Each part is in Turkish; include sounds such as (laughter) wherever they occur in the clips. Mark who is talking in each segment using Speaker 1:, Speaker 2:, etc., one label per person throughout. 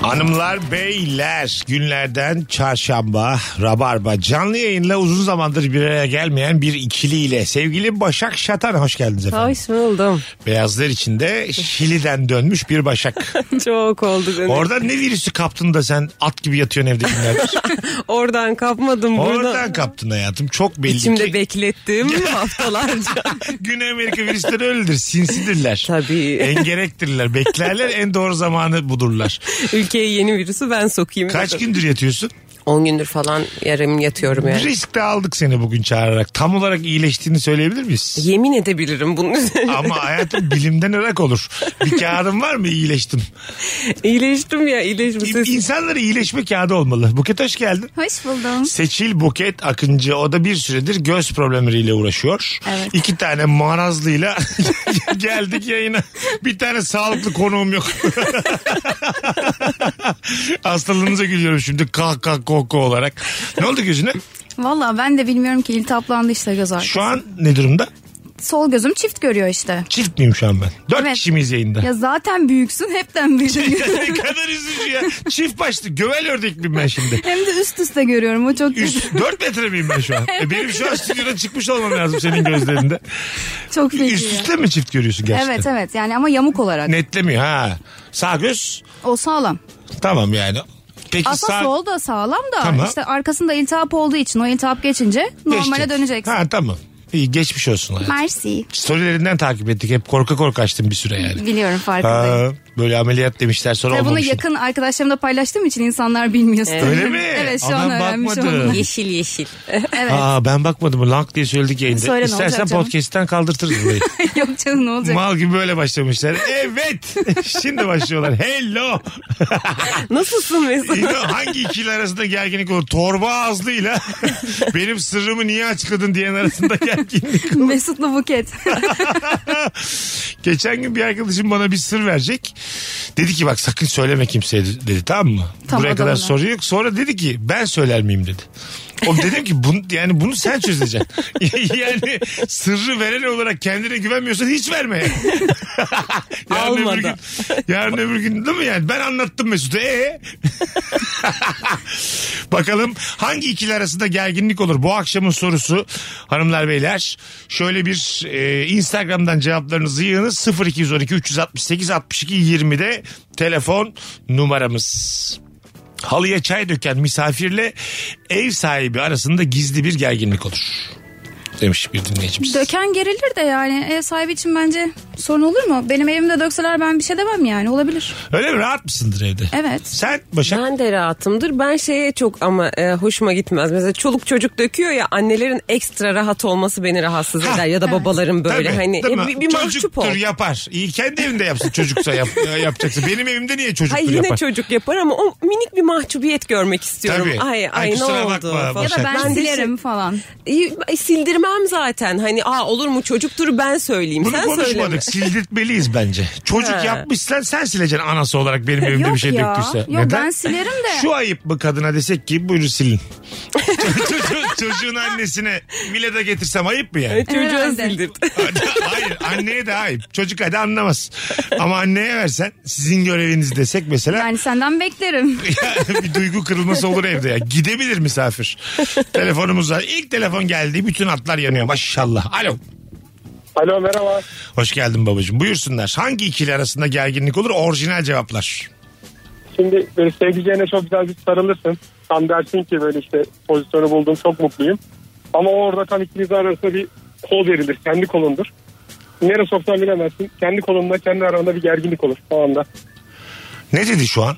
Speaker 1: Hanımlar, beyler günlerden çarşamba Rabarba canlı yayınla uzun zamandır bir araya gelmeyen bir ikiliyle sevgili Başak Şatan hoş geldiniz efendim.
Speaker 2: Hoş buldum.
Speaker 1: Beyazlar içinde Şili'den dönmüş bir Başak.
Speaker 2: (laughs) Çok oldu benim.
Speaker 1: Orada ne virüsü kaptın da sen at gibi yatıyorsun evde
Speaker 2: (laughs)
Speaker 1: günlerdir.
Speaker 2: Oradan kapmadım buradan.
Speaker 1: Oradan kaptın hayatım çok belli
Speaker 2: İçimde
Speaker 1: ki. (laughs)
Speaker 2: beklettim haftalarca. (laughs)
Speaker 1: Güney Amerika virüsleri öyledir sinsidirler.
Speaker 2: Tabii.
Speaker 1: Engerektirler beklerler en doğru zamanı budurlar.
Speaker 2: Ülkeye yeni virüsü ben sokayım.
Speaker 1: Kaç gündür yatıyorsun?
Speaker 2: 10 gündür falan yarım yatıyorum yani.
Speaker 1: Risk de aldık seni bugün çağırarak. Tam olarak iyileştiğini söyleyebilir miyiz?
Speaker 2: Yemin edebilirim bunun üzerine. (laughs)
Speaker 1: Ama hayatım bilimden ırak olur. Bir kağıdın var mı iyileştim.
Speaker 2: iyileştim ya iyileştim.
Speaker 1: İ-
Speaker 2: Siz-
Speaker 1: İnsanlara iyileşme kağıdı olmalı. Buket hoş geldin.
Speaker 3: Hoş buldum.
Speaker 1: Seçil Buket Akıncı o da bir süredir göz problemleriyle uğraşıyor.
Speaker 3: Evet.
Speaker 1: İki tane marazlıyla (laughs) geldik yayına. Bir tane sağlıklı konuğum yok. (laughs) Hastalığınıza gülüyorum şimdi kah kah koku olarak. Ne oldu gözüne?
Speaker 3: Valla ben de bilmiyorum ki iltihaplandı işte göz arkası.
Speaker 1: Şu an ne durumda?
Speaker 3: Sol gözüm çift görüyor işte.
Speaker 1: Çift miyim şu an ben? Dört
Speaker 3: Evet.
Speaker 1: kişi miyiz yayında?
Speaker 3: Ya zaten büyüksün hepten büyüdün.
Speaker 1: (laughs) ne kadar üzücü ya. Çift başlı gövel ördek miyim ben şimdi?
Speaker 3: Hem de üst üste görüyorum o çok
Speaker 1: Üst, 4 metre miyim ben şu an? E benim şu an stüdyoda çıkmış olmam lazım senin gözlerinde.
Speaker 3: (laughs) çok feci.
Speaker 1: Üst
Speaker 3: ya.
Speaker 1: üste mi çift görüyorsun gerçekten?
Speaker 3: Evet evet yani ama yamuk olarak.
Speaker 1: Netlemiyor ha. Sağ göz
Speaker 3: O sağlam.
Speaker 1: tamam yani. Peki
Speaker 3: Aslında
Speaker 1: sağ...
Speaker 3: sol da sağlam da
Speaker 1: Tamam.
Speaker 3: işte arkasında iltihap olduğu için o iltihap geçince normale
Speaker 1: Geçecek.
Speaker 3: döneceksin.
Speaker 1: Ha tamam. İyi geçmiş olsun hayatım.
Speaker 3: Mersi.
Speaker 1: Storylerinden takip ettik. Hep korka korka açtım bir süre yani.
Speaker 3: Biliyorum farkındayım.
Speaker 1: Ha, böyle ameliyat demişler sonra
Speaker 3: Tabii bunu
Speaker 1: olmamış.
Speaker 3: yakın arkadaşlarımla paylaştığım için insanlar bilmiyor.
Speaker 1: Öyle mi?
Speaker 3: (laughs) evet şu
Speaker 1: Anam
Speaker 3: an öğrenmiş
Speaker 1: bakmadı.
Speaker 3: oldum. (laughs)
Speaker 2: Yeşil yeşil.
Speaker 3: Evet.
Speaker 1: Aa, ben bakmadım. Lank diye söyledik yayında.
Speaker 3: Söyle ne
Speaker 1: İstersen
Speaker 3: olacak canım?
Speaker 1: podcast'ten kaldırtırız
Speaker 3: (laughs)
Speaker 1: burayı.
Speaker 3: Yok canım ne olacak?
Speaker 1: Mal gibi böyle başlamışlar. Evet. (laughs) Şimdi başlıyorlar. Hello.
Speaker 2: (laughs) Nasılsın Mesut?
Speaker 1: İnan hangi ikili arasında gerginlik olur? Torba ağızlıyla (laughs) benim sırrımı niye açıkladın diyen arasında gerginlik.
Speaker 3: Mesutlu buket.
Speaker 1: Geçen gün bir arkadaşım bana bir sır verecek. Dedi ki bak sakın söyleme kimseye dedi tamam mı?
Speaker 3: Tamam,
Speaker 1: Buraya kadar
Speaker 3: adamına.
Speaker 1: soru yok. Sonra dedi ki ben söyler miyim dedi. O dedim ki bunu, yani bunu sen çözeceksin. (laughs) yani sırrı veren olarak kendine güvenmiyorsan hiç verme. yani. yarın öbür gün,
Speaker 2: Almadan.
Speaker 1: yarın öbür gün değil mi yani? Ben anlattım Mesut'u. Ee? (laughs) Bakalım hangi ikili arasında gerginlik olur? Bu akşamın sorusu hanımlar beyler. Şöyle bir e, Instagram'dan cevaplarınızı yığınız. 0212 368 62 20'de telefon numaramız. Halıya çay döken misafirle ev sahibi arasında gizli bir gerginlik olur. Demiş bir dinleyicimiz.
Speaker 3: Döken gerilir de yani ev sahibi için bence sorun olur mu? Benim evimde dökseler ben bir şey demem yani olabilir.
Speaker 1: Öyle mi? Rahat mısındır evde?
Speaker 3: Evet.
Speaker 1: Sen Başak
Speaker 2: Ben de rahatımdır. Ben şeye çok ama e, hoşuma gitmez. Mesela çoluk çocuk döküyor ya annelerin ekstra rahat olması beni rahatsız
Speaker 1: Ha,
Speaker 2: eder. Ya da babaların böyle
Speaker 1: Tabii,
Speaker 2: hani
Speaker 1: değil
Speaker 2: e,
Speaker 1: mi?
Speaker 2: bir, bir mahcup
Speaker 1: Çocuktur
Speaker 2: ol.
Speaker 1: yapar. İyi kendi evinde yapsın çocuksa
Speaker 2: (laughs)
Speaker 1: yap, e, yapacaksın. Benim evimde niye çocuktur
Speaker 2: Hayır yine
Speaker 1: yapar?
Speaker 2: çocuk yapar ama o minik bir mahcubiyet görmek istiyorum.
Speaker 1: Tabii.
Speaker 2: Ay
Speaker 1: Ay,
Speaker 2: ay, ne
Speaker 1: kusura
Speaker 2: oldu?
Speaker 1: bakma
Speaker 2: falan.
Speaker 3: Ya
Speaker 1: Başak.
Speaker 3: da ben,
Speaker 2: de
Speaker 3: silerim falan.
Speaker 2: şey- Ay, sildirmem zaten. Hani aa olur mu çocuktur ben söyleyeyim.
Speaker 1: Bunu
Speaker 2: Sen söyleme.
Speaker 1: konuşmadık. Sildirtmeliyiz bence. Çocuk
Speaker 2: Ha.
Speaker 1: yapmışsan sen sileceksin anası olarak benim evimde
Speaker 3: Yok
Speaker 1: bir şey
Speaker 3: ya.
Speaker 1: döktüyse.
Speaker 3: Yok, ben silerim de.
Speaker 1: Şu ayıp mı kadına desek ki buyurun
Speaker 2: (laughs)
Speaker 1: silin. Çocuğun- Çocuğun annesine bile de getirsem ayıp mı
Speaker 2: (laughs)
Speaker 1: yani?
Speaker 2: (laughs) Çocuğa
Speaker 3: Herhalde.
Speaker 2: sildirt.
Speaker 1: Hayır anneye de ayıp. Çocuk hadi anlamaz. Ama anneye versen sizin göreviniz desek mesela.
Speaker 3: Yani
Speaker 1: (laughs)
Speaker 3: senden beklerim.
Speaker 1: Ya bir duygu kırılması olur evde ya. Gidebilir misafir. Telefonumuz var. İlk telefon geldi. Bütün hatlar yanıyor. Maşallah. Alo.
Speaker 4: Alo merhaba.
Speaker 1: Hoş geldin babacığım. Buyursunlar. Hangi ikili arasında gerginlik olur? Orijinal cevaplar.
Speaker 4: Şimdi böyle sevdiceğine çok güzel bir sarılırsın. Tam dersin ki böyle işte pozisyonu buldum çok mutluyum. Ama orada tam ikiniz arasında bir kol verilir. Kendi kolundur. Nereye soksan bilemezsin. Kendi kolunda kendi aranda bir gerginlik olur o anda.
Speaker 1: Ne dedi şu an?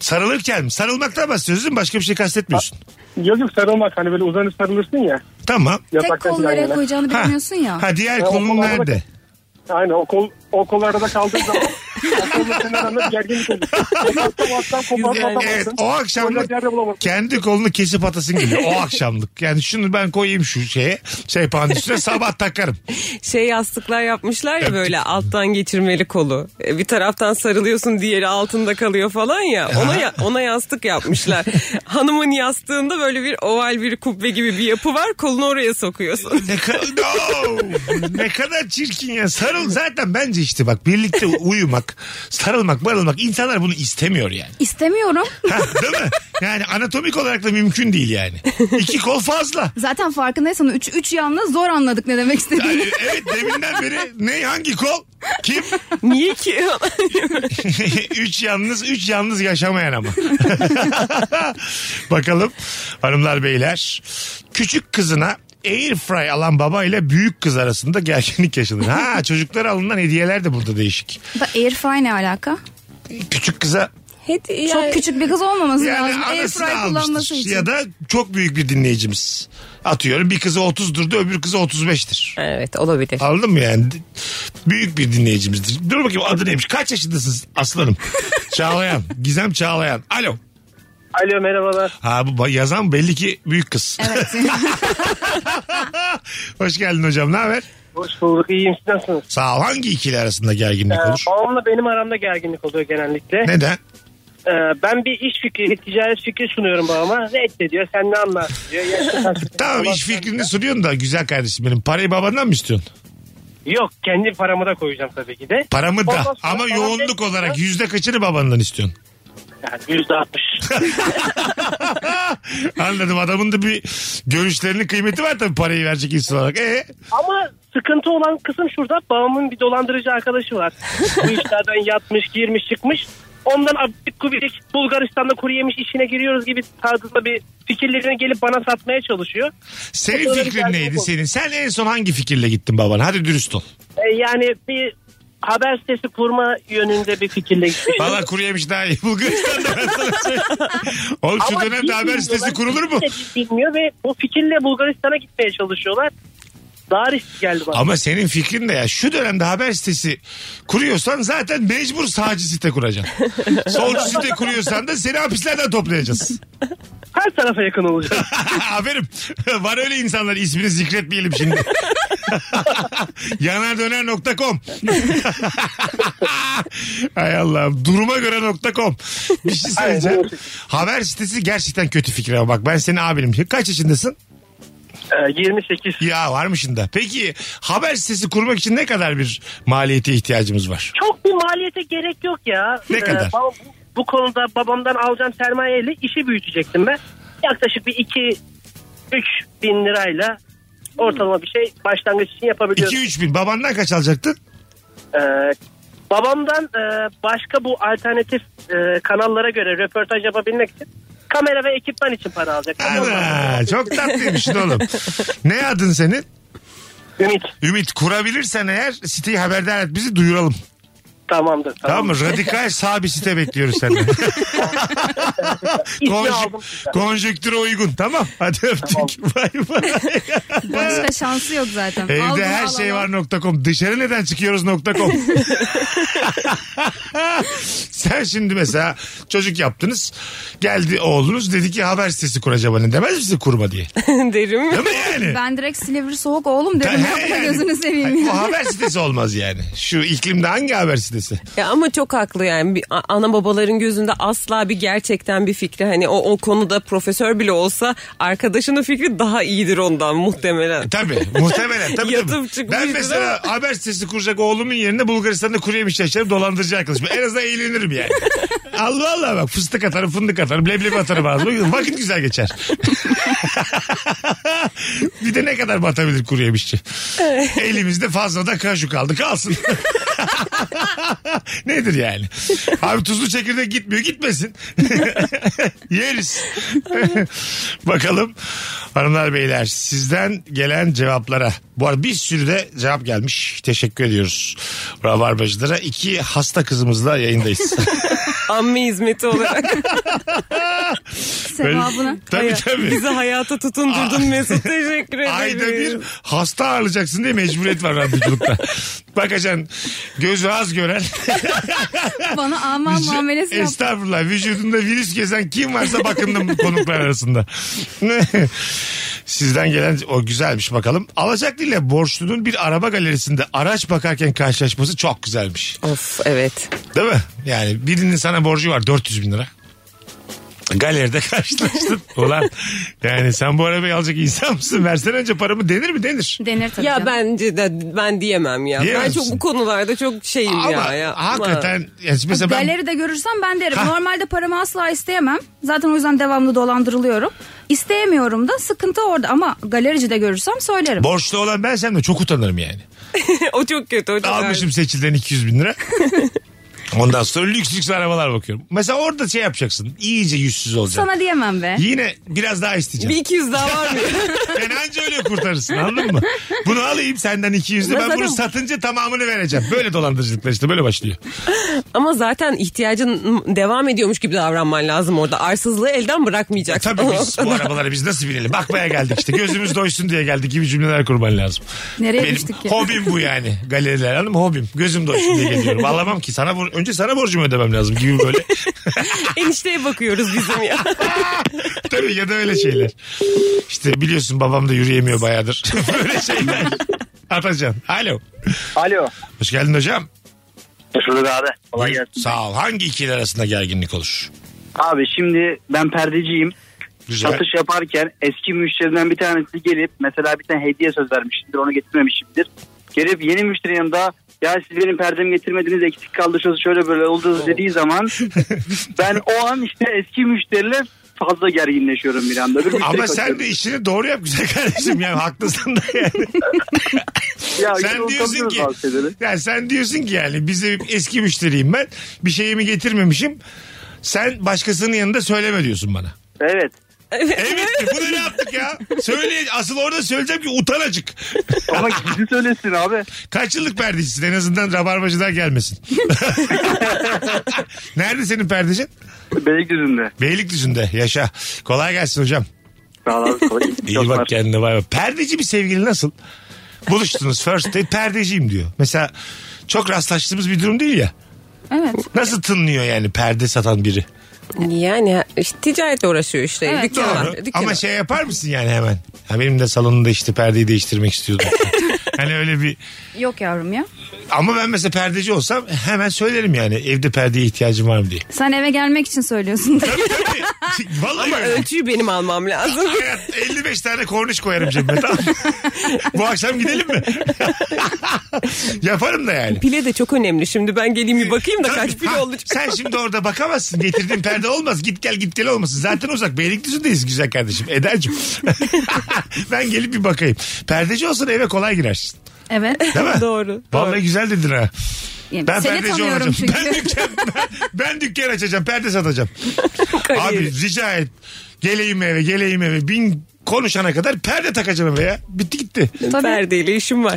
Speaker 1: Sarılırken mi? Sarılmaktan bahsediyorsun değil mi? Başka bir şey kastetmiyorsun.
Speaker 4: Yok yok sarılmak hani böyle uzanıp sarılırsın ya.
Speaker 1: Tamam.
Speaker 3: Tek
Speaker 4: yatakta
Speaker 3: kol
Speaker 4: falan
Speaker 3: nereye
Speaker 4: yani.
Speaker 3: koyacağını
Speaker 1: Ha.
Speaker 3: bilmiyorsun ya.
Speaker 1: Ha diğer
Speaker 4: Ya,
Speaker 1: kolun
Speaker 4: o kollarda-
Speaker 1: nerede?
Speaker 4: Aynen o kol, o kol arada kaldığı zaman Aklımda rağmen gerginlik olur. Kopartma baktan kopartma
Speaker 2: Güzel.
Speaker 1: E, Evet
Speaker 4: baktan.
Speaker 1: o
Speaker 4: Koyacak
Speaker 1: akşamlık
Speaker 4: yerde bulamazsın.
Speaker 1: kendi kolunu kesip atasın geliyor. O akşamlık. Yani şunu ben koyayım şu şeye sehpanın üstüne sabah takarım.
Speaker 2: Şey yastıklar yapmışlar ya böyle alttan geçirmeli kolu. E, Bir taraftan sarılıyorsun diğeri altında kalıyor falan ya. Ona ya- ona
Speaker 1: (laughs)
Speaker 2: yastık yapmışlar. Hanımın yastığında böyle bir oval bir kubbe gibi bir yapı var. Kolunu oraya sokuyorsun. (laughs)
Speaker 1: Ne kadar no! ne kadar çirkin ya. Sarıl zaten bence işte bak birlikte uyumak, sarılmak, barılmak insanlar bunu istemiyor yani.
Speaker 3: İstemiyorum.
Speaker 1: Ha, değil mi? Yani anatomik olarak da mümkün değil yani. İki kol fazla.
Speaker 3: Zaten farkındaysan 3 3 yanla zor anladık ne demek (laughs) istediğini.
Speaker 1: Yani evet deminden beri ne hangi kol? Kim? (laughs)
Speaker 2: Niye ki?
Speaker 1: üç yalnız, üç yalnız yaşamayan ama. (laughs) Bakalım hanımlar beyler. Küçük kızına air fry alan baba ile büyük kız arasında gerginlik yaşanır. Ha çocuklara alınan hediyeler de burada değişik.
Speaker 3: Bak Airfry ne alaka?
Speaker 1: Küçük kıza
Speaker 2: Hadi
Speaker 3: Çok küçük bir kız olmaması
Speaker 1: yani
Speaker 3: lazım.
Speaker 1: anasını
Speaker 3: Airfry kullanması
Speaker 1: almıştır.
Speaker 3: için.
Speaker 1: Ya da çok büyük bir dinleyicimiz. Atıyorum bir kızı 30'dur da öbür kızı 35'tir.
Speaker 2: Evet olabilir.
Speaker 1: Anladın mı yani? Büyük bir dinleyicimizdir. Dur bakayım adı neymiş? Kaç yaşındasınız aslanım?
Speaker 3: (laughs)
Speaker 1: Çağlayan. Gizem Çağlayan. Alo.
Speaker 4: Alo merhabalar.
Speaker 1: Ha bu ba- yazan belli ki büyük kız.
Speaker 3: Evet.
Speaker 1: (laughs) Hoş geldin hocam. Ne haber?
Speaker 4: Hoş bulduk. İyiyim siz nasılsınız?
Speaker 1: Sağ ol. Hangi ikili arasında gerginlik olur?
Speaker 4: Ee, babamla benim aramda gerginlik oluyor genellikle.
Speaker 1: Neden?
Speaker 4: Ee, ben bir iş fikri, bir ticaret fikri sunuyorum babama. Ne et diyor, sen ne anlarsın diyor.
Speaker 1: (laughs)
Speaker 4: Yaşlı taklit-
Speaker 1: Tamam iş fikrini sunuyorsun da güzel kardeşim benim. Parayı babandan mı istiyorsun?
Speaker 4: Yok, kendi paramı da koyacağım tabii ki de.
Speaker 1: Paramı
Speaker 4: Ondan
Speaker 1: da
Speaker 4: sonra
Speaker 1: ama
Speaker 4: bana ne
Speaker 1: yoğunluk
Speaker 4: diyor?
Speaker 1: olarak yüzde kaçını babandan istiyorsun?
Speaker 4: (laughs) Yani
Speaker 1: (laughs)
Speaker 4: yüzde altmış.
Speaker 1: Anladım adamın da bir görüşlerinin kıymeti var tabii parayı verecek insan olarak. E
Speaker 4: Ama sıkıntı olan kısım şurada. Babamın bir dolandırıcı arkadaşı var. Bu işlerden yatmış, girmiş, çıkmış. Ondan abidik gubidik Bulgaristan'da kuru yemiş işine giriyoruz gibi tarzında bir fikirlerini gelip bana satmaya çalışıyor.
Speaker 1: senin
Speaker 4: Sonra
Speaker 1: fikrin
Speaker 4: bir
Speaker 1: neydi
Speaker 4: gerginlik
Speaker 1: senin? Sen en son hangi fikirle gittin babana? Hadi dürüst
Speaker 4: (laughs)
Speaker 1: ol.
Speaker 4: Ee, yani bir haber sitesi kurma yönünde bir fikirle gitmiş.
Speaker 1: Valla kuru yemiş daha iyi. Bulgaristan'da ben sana
Speaker 4: (laughs)
Speaker 1: söyleyeyim. Oğlum şu
Speaker 4: Ama şey
Speaker 1: dönemde
Speaker 4: bilmiyorlar.
Speaker 1: haber sitesi kurulur mu?
Speaker 4: Kimse Bilmiyor ve bu fikirle Bulgaristan'a gitmeye çalışıyorlar. Daha riskli geldi bana.
Speaker 1: Ama senin fikrin de ya şu dönemde haber sitesi kuruyorsan zaten mecbur sağcı site
Speaker 4: (laughs)
Speaker 1: kuracaksın. Solcu site kuruyorsan da seni hapislerden toplayacağız.
Speaker 4: Her tarafa yakın
Speaker 1: (laughs)
Speaker 4: olacak.
Speaker 1: Aferin. Var öyle insanlar ismini zikretmeyelim şimdi. (laughs) Yanardöner.com Hay Allah'ım. Duruma göre nokta .com Bir şey söyleyeceğim. Haber sitesi gerçekten kötü fikir ama bak ben senin abinim. Kaç yaşındasın?
Speaker 4: Ee, 28.
Speaker 1: Ya varmışın da. Peki haber sitesi kurmak için ne kadar bir maliyete ihtiyacımız var?
Speaker 4: Çok bir maliyete gerek yok ya.
Speaker 1: Ne kadar?
Speaker 4: baba- bu, bu konuda babamdan alacağım sermayeyle işi büyütecektim ben. Yaklaşık bir 2 3 bin lirayla ortalama bir şey başlangıç için yapabiliyorum.
Speaker 1: 2-3 bin. Babandan kaç alacaktın?
Speaker 4: Ee, babamdan e, başka bu alternatif e, kanallara göre röportaj yapabilmek için kamera ve ekipman için para alacak.
Speaker 1: Ana, çok tatlıymışsın oğlum. Ne adın senin?
Speaker 4: Ümit
Speaker 1: Ümit kurabilirsen eğer siteyi haberdar et bizi duyuralım.
Speaker 4: tamamdır.
Speaker 1: Tamam mı? Radikal sağ bir site bekliyoruz senden.
Speaker 3: (laughs)
Speaker 4: İsmi aldım.
Speaker 1: Konjük, konjüktüre uygun. Tamam. Hadi öptük. (laughs) Bay
Speaker 3: (laughs)
Speaker 1: bay.
Speaker 3: Başka şansı yok zaten.
Speaker 1: Evde
Speaker 3: Aldım,
Speaker 1: her
Speaker 3: al,
Speaker 1: şey
Speaker 3: al, al.
Speaker 1: var nokta com. Dışarı neden çıkıyoruz nokta
Speaker 3: (laughs)
Speaker 1: com. Sen şimdi mesela çocuk yaptınız. Geldi oğlunuz dedi ki haber sitesi kuracağım anne. Demez misin kurma diye.
Speaker 2: (laughs) Derim.
Speaker 1: Değil mi yani?
Speaker 3: Ben direkt Silivri soğuk
Speaker 1: (laughs)
Speaker 3: oğlum dedim.
Speaker 1: He
Speaker 3: Yapma
Speaker 1: yani.
Speaker 3: gözünü seveyim
Speaker 1: Hayır,
Speaker 3: ya.
Speaker 1: Bu haber sitesi olmaz yani. Şu iklimde hangi haber sitesi?
Speaker 2: Ya ama çok haklı yani bir a- ana babaların gözünde asla bir gerçekten bir fikri hani o, o konuda profesör bile olsa arkadaşının fikri daha iyidir
Speaker 1: (laughs)
Speaker 2: ondan muhtemelen.
Speaker 1: E, Tabii muhtemelen. Tabii,
Speaker 2: Yatıp
Speaker 1: tabii.
Speaker 2: çıkmıştır
Speaker 1: Ben mesela haber sitesi kuracak oğlumun yerine Bulgaristan'da kuru yemiş yaşarım dolandırıcı arkadaşım. En azından eğlenirim
Speaker 2: (laughs)
Speaker 1: yani. Allah Allah bak fıstık atarım fındık atarım leblebi atarım ağzıma. Vakit güzel
Speaker 2: (laughs)
Speaker 1: geçer. bir de ne kadar batabilir kuru yemişçi. Elimizde fazla da kaju kaldı kalsın. (laughs) Nedir yani? Abi tuzlu çekirdek gitmiyor gitmesin. (laughs) Yeriz. (laughs) Bakalım hanımlar beyler sizden gelen cevaplara. Bu arada bir sürü de cevap gelmiş. Teşekkür ediyoruz. Rabarbacılara iki hasta kızımızla yayındayız. (laughs)
Speaker 2: Amme hizmeti olarak.
Speaker 3: sevabına.
Speaker 1: Tabii tabii.
Speaker 2: Bizi hayata tutundurdun Mesut. Teşekkür ederim.
Speaker 1: (laughs) Ayda bir hasta ağırlayacaksın diye mecburiyet var radyoculukta. Bakacaksın gözü az gören. (laughs)
Speaker 3: Bana aman
Speaker 1: vücu-
Speaker 3: muamelesi yap.
Speaker 1: Estağfurullah. Vücudunda virüs gezen kim varsa bakındım konuklar arasında. (laughs) Sizden gelen o güzelmiş bakalım. Alacaklı ile borçlunun bir araba galerisinde araç bakarken karşılaşması çok güzelmiş.
Speaker 2: Of evet.
Speaker 1: Değil mi? Yani birinin sana borcu var 400 bin lira. Galeride (laughs) karşılaştın. Ulan yani sen bu arabayı alacak insan mısın? Versen önce paramı denir mi? Denir.
Speaker 3: Denir tabii.
Speaker 2: Ya
Speaker 3: canım.
Speaker 2: bence de ben diyemem ya.
Speaker 1: Diyemez
Speaker 2: ben çok
Speaker 1: misin?
Speaker 2: bu konularda çok şeyim
Speaker 1: Ama
Speaker 2: ya. ya.
Speaker 1: hakikaten yani mesela ben
Speaker 3: Galeride görürsem ben derim. Normalde paramı asla isteyemem. Zaten o yüzden devamlı dolandırılıyorum. İsteyemiyorum da sıkıntı orada ama galericide görürsem söylerim.
Speaker 1: borçlu olan ben sen de çok utanırım yani.
Speaker 2: Ama- (laughs) o çok kötü. O çok
Speaker 1: Almışım seçilden 200 bin
Speaker 3: (laughs)
Speaker 1: lira. Ondan sonra lüks lüks arabalar bakıyorum. Mesela orada şey yapacaksın. İyice yüzsüz olacaksın.
Speaker 3: Sana diyemem be.
Speaker 1: Yine biraz daha
Speaker 2: Bir
Speaker 1: isteyeceksin.
Speaker 2: 200 daha var
Speaker 1: (laughs)
Speaker 2: mı?
Speaker 1: Ben anca öyle kurtarırsın anladın mı? Bunu alayım senden 200'lü ben
Speaker 2: Mesela-
Speaker 1: bunu satınca tamamını vereceğim. Böyle dolandırıcılıklar işte böyle başlıyor.
Speaker 2: Ama zaten ihtiyacın devam ediyormuş gibi davranman lazım orada. Arsızlığı elden bırakmayacaksın.
Speaker 1: Tabii
Speaker 2: (laughs)
Speaker 1: biz
Speaker 3: (laughs)
Speaker 1: bu arabalara biz nasıl binelim? Bakmaya geldik işte. Gözümüz doysun diye geldik gibi cümleler kurman lazım.
Speaker 3: Nereye
Speaker 1: Benim
Speaker 3: düştük ya?
Speaker 1: hobim bu yani. Galeriler hanım hobim. Gözüm doysun diye geliyorum. Alamam ki. Sana bor- önce sana borcumu ödemem lazım gibi böyle.
Speaker 2: Enişteye bakıyoruz bizim ya.
Speaker 1: (laughs) Tabii ya da öyle şeyler. İşte biliyorsun babam da yürüyemiyor bayağıdır. (laughs) böyle şeyler. Atacan. Alo.
Speaker 5: Alo.
Speaker 1: Hoş geldin hocam.
Speaker 5: Hoş bulduk abi. Kolay
Speaker 1: Buyur.
Speaker 5: gelsin.
Speaker 1: Sağ ol. Hangi ikili arasında gerginlik olur?
Speaker 5: Abi şimdi ben perdeciyim.
Speaker 1: Güzel.
Speaker 5: Satış yaparken eski müşteriden bir tanesi gelip mesela bir tane hediye söz vermişimdir onu getirmemişimdir. Gelip yeni müşterinin yanında ya siz benim perdemi getirmediniz eksik kaldı şöyle şöyle böyle
Speaker 1: Oh.
Speaker 5: oldu dediği
Speaker 1: (laughs)
Speaker 5: zaman ben o an işte eski müşteriyle fazla gerginleşiyorum bir anda. Öbür müşteri
Speaker 1: Ama sen
Speaker 5: kaçıyorum.
Speaker 1: de işini doğru yap güzel kardeşim. Yani haklısın da yani.
Speaker 5: Ya işte
Speaker 1: sen diyorsun
Speaker 5: utanıyoruz
Speaker 1: ki
Speaker 5: bazı şeyleri.
Speaker 1: yani sen diyorsun ki yani bize eski müşteriyim ben bir şeyimi getirmemişim sen başkasının yanında söyleme
Speaker 5: (laughs)
Speaker 1: diyorsun bana.
Speaker 5: Evet.
Speaker 1: Evet ki bunu ne yaptık ya? Söyle asıl orada söyleyeceğim ki utan acık. (laughs)
Speaker 5: Ama gizli söylesin abi.
Speaker 1: Kaç yıllık perdecisin en azından rabarbacılar gelmesin. Nerede senin perdecin?
Speaker 5: Beylikdüzü'nde.
Speaker 1: Beylikdüzü'nde yaşa. Kolay gelsin hocam.
Speaker 5: Sağ ol abi. kolay gelsin.
Speaker 1: İyi bak
Speaker 5: Yoklar.
Speaker 1: kendine bay bay. Perdeci bir sevgili nasıl? Buluştunuz first date perdeciyim diyor. Mesela çok rastlaştığımız bir durum değil ya.
Speaker 3: Evet.
Speaker 1: Nasıl tınlıyor yani perde satan biri?
Speaker 2: yani işte ticaretle uğraşıyor işte.
Speaker 3: Evet,
Speaker 2: dükkan
Speaker 1: Doğru.
Speaker 2: var. dükkan
Speaker 1: Ama
Speaker 2: var.
Speaker 1: şey yapar mısın yani hemen? Ha benim de salonunda işte perdeyi değiştirmek istiyordum. hani öyle bir
Speaker 3: Yok yavrum ya.
Speaker 1: ama ben mesela perdeci olsam hemen söylerim yani evde perdeye ihtiyacım var mı diye.
Speaker 3: Sen eve gelmek
Speaker 1: (laughs)
Speaker 3: için söylüyorsun.
Speaker 1: Tabii. Vallahi öyle.
Speaker 2: Ölçüyü benim almam lazım. (laughs)
Speaker 1: Hayat 55 tane korniş koyarım cebime tamam mı? Bu akşam gidelim
Speaker 2: (laughs)
Speaker 1: mi? Yaparım da yani.
Speaker 2: Pile de çok önemli. Şimdi ben geleyim bir bakayım da
Speaker 1: Tabii.
Speaker 2: kaç pil
Speaker 1: Ha,
Speaker 2: olacak.
Speaker 1: Sen şimdi orada bakamazsın. Getirdiğin perde olmaz. Git gel git gel olmasın. Zaten uzak. Beylikdüzü'ndeyiz güzel kardeşim. Eder'cim. (laughs) ben gelip bir bakayım. Perdeci olsan eve kolay girersin.
Speaker 3: evet.
Speaker 1: Değil mi?
Speaker 2: Doğru,
Speaker 1: Vallahi
Speaker 2: doğru.
Speaker 1: güzel dedin ha.
Speaker 3: Yani
Speaker 1: Ben
Speaker 3: seni
Speaker 1: perdeci
Speaker 3: tanıyorum
Speaker 1: olacağım. (laughs)
Speaker 3: çünkü. (laughs)
Speaker 1: Ben dükkan, ben, ben dükkan açacağım. Perde satacağım. Abi
Speaker 2: Kariyeri.
Speaker 1: rica et. Geleyim eve geleyim eve. Bin konuşana kadar perde takacağım eve ya. Bitti gitti. (laughs) e,
Speaker 3: Tabii.
Speaker 2: Perdeyle işim var.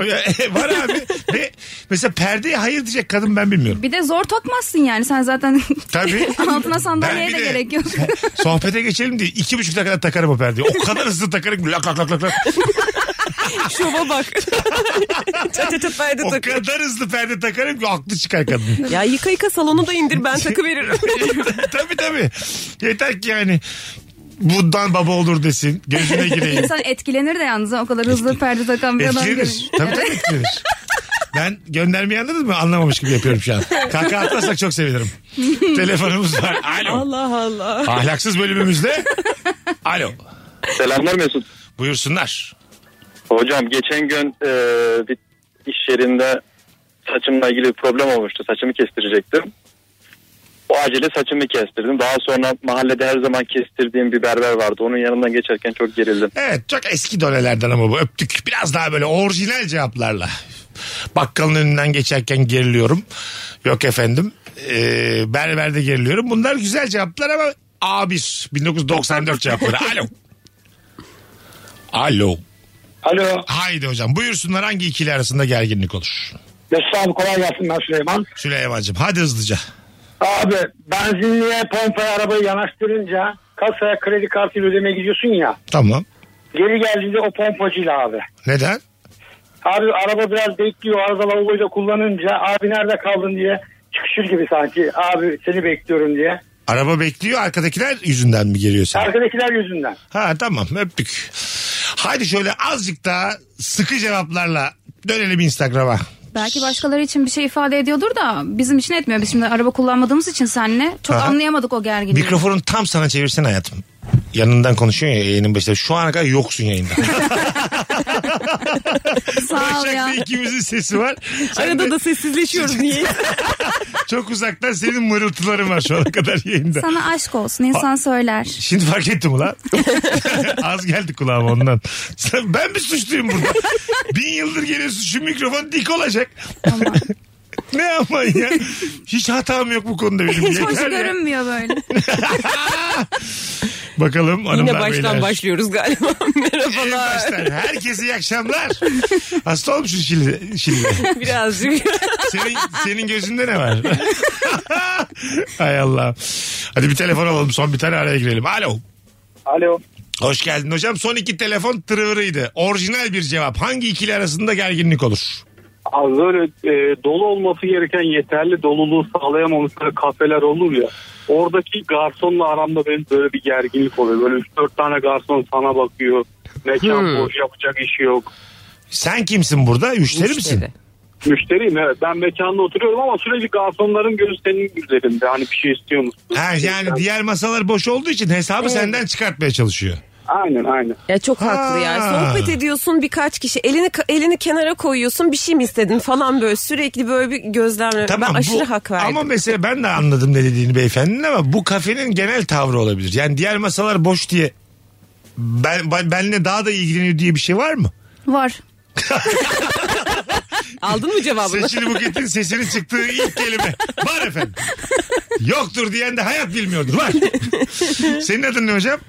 Speaker 1: Var abi. Ve mesela perdeye hayır diyecek kadın ben bilmiyorum.
Speaker 3: Bir de zor takmazsın yani. Sen zaten (laughs)
Speaker 1: Tabii.
Speaker 3: altına
Speaker 1: Ben
Speaker 3: sandalyeye
Speaker 1: bir
Speaker 3: de
Speaker 1: de- (laughs)
Speaker 3: gerek yok.
Speaker 1: Sohbete geçelim diye iki buçuk dakikada takarım o perdeyi. O kadar hızlı takarım. ki Lak lak lak lak. lak.
Speaker 2: Şova bak.
Speaker 1: (laughs)
Speaker 2: çat çat çat perde
Speaker 1: O
Speaker 2: tak.
Speaker 1: kadar hızlı perde takarım ki aklı çıkar
Speaker 3: (laughs)
Speaker 1: kadın.
Speaker 2: Ya yıka yıka salonu da indir ben
Speaker 1: (laughs)
Speaker 2: takı veririm.
Speaker 1: tabii tabii. Yeter ki yani bundan baba olur desin. Gözüne gireyim.
Speaker 3: İnsan etkilenir de yalnız. ha, O kadar hızlı perde takan bir adam
Speaker 1: Etkilenir.
Speaker 3: görünce.
Speaker 1: Tabii tabii etkilenir. Ben göndermeyi anladınız mı? Anlamamış gibi yapıyorum şu an. Kaka atmasak çok sevinirim. Telefonumuz var. Alo.
Speaker 2: Allah Allah.
Speaker 1: Ahlaksız bölümümüzde. Alo.
Speaker 6: Selamlar Mesut.
Speaker 1: Buyursunlar.
Speaker 6: Hocam geçen gün e, bir iş yerinde saçımla ilgili bir problem olmuştu. Saçımı kestirecektim. O acele saçımı kestirdim. Daha sonra mahallede her zaman kestirdiğim bir berber vardı. Onun yanından geçerken çok gerildim.
Speaker 1: Evet çok eski dönelerden ama bu öptük. Biraz daha böyle orijinal cevaplarla. Bakkalın önünden geçerken geriliyorum. Yok efendim. Ee, berberde geriliyorum. Bunlar güzel cevaplar ama A1 1994 cevapları. Alo. Alo.
Speaker 7: Alo.
Speaker 1: Haydi hocam buyursunlar hangi ikili arasında gerginlik olur?
Speaker 7: Mesut abi kolay gelsin ben Süleyman.
Speaker 1: Süleyman'cığım hadi hızlıca.
Speaker 7: Abi benzinliğe pompaya arabayı yanaştırınca
Speaker 8: kasaya kredi kartıyla ödemeye gidiyorsun ya.
Speaker 1: Tamam.
Speaker 8: Geri geldiğinde o pompacıyla abi.
Speaker 1: Neden?
Speaker 8: Abi araba biraz bekliyor. Arada lavaboyu da kullanınca abi nerede kaldın diye çıkışır gibi sanki. Abi seni bekliyorum diye.
Speaker 1: Araba bekliyor arkadakiler yüzünden mi geliyor sen?
Speaker 8: Arkadakiler yüzünden.
Speaker 1: Ha tamam öptük. Haydi şöyle azıcık daha sıkı cevaplarla dönelim Instagram'a.
Speaker 3: Belki başkaları için bir şey ifade ediyordur da bizim için etmiyor. Biz şimdi araba kullanmadığımız için senle çok
Speaker 1: Aha.
Speaker 3: anlayamadık o gerginliği.
Speaker 1: Mikrofonu tam sana çevirsen hayatım. Yanından konuşuyorsun ya yayının başında. Şu ana kadar yoksun
Speaker 2: (laughs)
Speaker 1: yayında.
Speaker 3: Sağ
Speaker 1: (laughs)
Speaker 3: ol ya.
Speaker 1: Başak'ta ikimizin sesi var. Sen de
Speaker 2: Arada da sessizleşiyoruz niye?
Speaker 1: Çok uzaktan senin mırıltıların var şu ana kadar yayında.
Speaker 3: Sana aşk olsun insan söyler.
Speaker 1: Şimdi fark ettim
Speaker 3: (laughs)
Speaker 1: ulan. Az geldi kulağıma ondan. Sen- ben mi suçluyum burada? Bin yıldır geliyorsun şu mikrofon dik olacak.
Speaker 3: Aman.
Speaker 1: (laughs) Ne aman ya. Hiç hatam yok bu konuda benim.
Speaker 3: Hiç
Speaker 1: (laughs)
Speaker 3: hoş
Speaker 1: Yeter ya.
Speaker 3: görünmüyor böyle.
Speaker 1: (laughs) Bakalım hanımlar
Speaker 2: Yine baştan
Speaker 1: beyler.
Speaker 2: başlıyoruz galiba. (laughs)
Speaker 1: En
Speaker 2: Merhabalar.
Speaker 1: baştan. Herkese iyi akşamlar. Hasta olmuşsun Şili. Şili.
Speaker 2: Birazcık.
Speaker 1: Senin, senin gözünde ne var? (laughs) Hay Allah. Hadi bir telefon alalım. Son bir tane araya girelim. Alo.
Speaker 6: Alo.
Speaker 1: Hoş geldin hocam. Son iki telefon tırıvırıydı. Orijinal bir cevap. Hangi ikili arasında gerginlik olur?
Speaker 9: Az böyle e, dolu olması gereken yeterli doluluğu sağlayamamışları kafeler olur ya. Oradaki garsonla aramda benim böyle bir gerginlik oluyor. Böyle 3-4 tane garson sana bakıyor. Mekan
Speaker 2: Hmm.
Speaker 9: boş yapacak işi yok.
Speaker 1: Sen kimsin burada? Müşteri, misin?
Speaker 2: Müşteri.
Speaker 9: Müşteriyim evet. Ben mekanda oturuyorum ama sürekli garsonların gözü senin üzerinde. Hani bir şey istiyor musun?
Speaker 1: Ha, yani diğer masalar boş olduğu için hesabı senden çıkartmaya çalışıyor.
Speaker 9: Aynen aynen.
Speaker 2: Ya çok haklı ya.
Speaker 1: Ha.
Speaker 2: Sohbet ediyorsun birkaç kişi. Elini elini kenara koyuyorsun. Bir şey mi istedin falan böyle sürekli böyle bir gözlemle. ben aşırı
Speaker 1: bu-
Speaker 2: hak verdim.
Speaker 1: Ama mesela ben de anladım ne dediğini beyefendinin ama bu kafenin genel tavrı olabilir. Yani diğer masalar boş diye ben, ben- benle daha da ilgileniyor diye bir şey var mı?
Speaker 3: Var.
Speaker 2: Aldın mı cevabını?
Speaker 1: Seçili Buket'in sesinin çıktığı ilk kelime. Var efendim. Yoktur diyen de hayat bilmiyordur. Var. Senin adın ne hocam?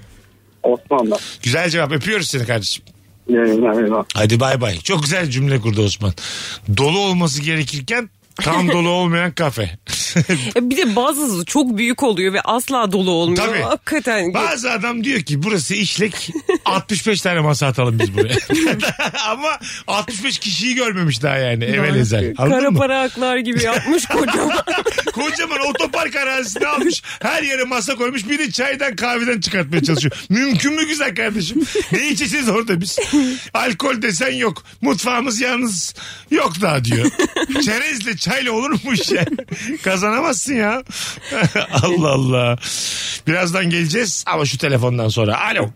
Speaker 9: Osmanlı.
Speaker 1: Güzel cevap. Öpüyoruz seni kardeşim.
Speaker 9: Yani, yani.
Speaker 1: Hadi bay bay. Çok güzel cümle kurdu Osman. Dolu olması gerekirken tam dolu olmayan kafe. (laughs)
Speaker 2: Ya E, bir de bazısı çok büyük oluyor ve asla dolu olmuyor.
Speaker 1: Tabii.
Speaker 2: Hakikaten.
Speaker 1: Bazı adam diyor ki burası işlek 65 tane masa atalım biz buraya. (laughs) Ama 65 kişiyi görmemiş daha yani evvel ezel.
Speaker 2: Kara
Speaker 1: Anladın mı?
Speaker 2: para aklar gibi
Speaker 1: (laughs)
Speaker 2: yapmış kocaman.
Speaker 1: Kocaman otopark arazisini almış. Her yere masa koymuş. Bir de çaydan kahveden çıkartmaya çalışıyor. Mümkün mü güzel kardeşim? Ne içeceğiz orada biz? Alkol desen yok. Mutfağımız yalnız yok daha diyor. Çerezle çayla olur mu iş yani? Kazanamazsın ya. (laughs) Allah Allah. Birazdan geleceğiz ama şu telefondan sonra. Alo.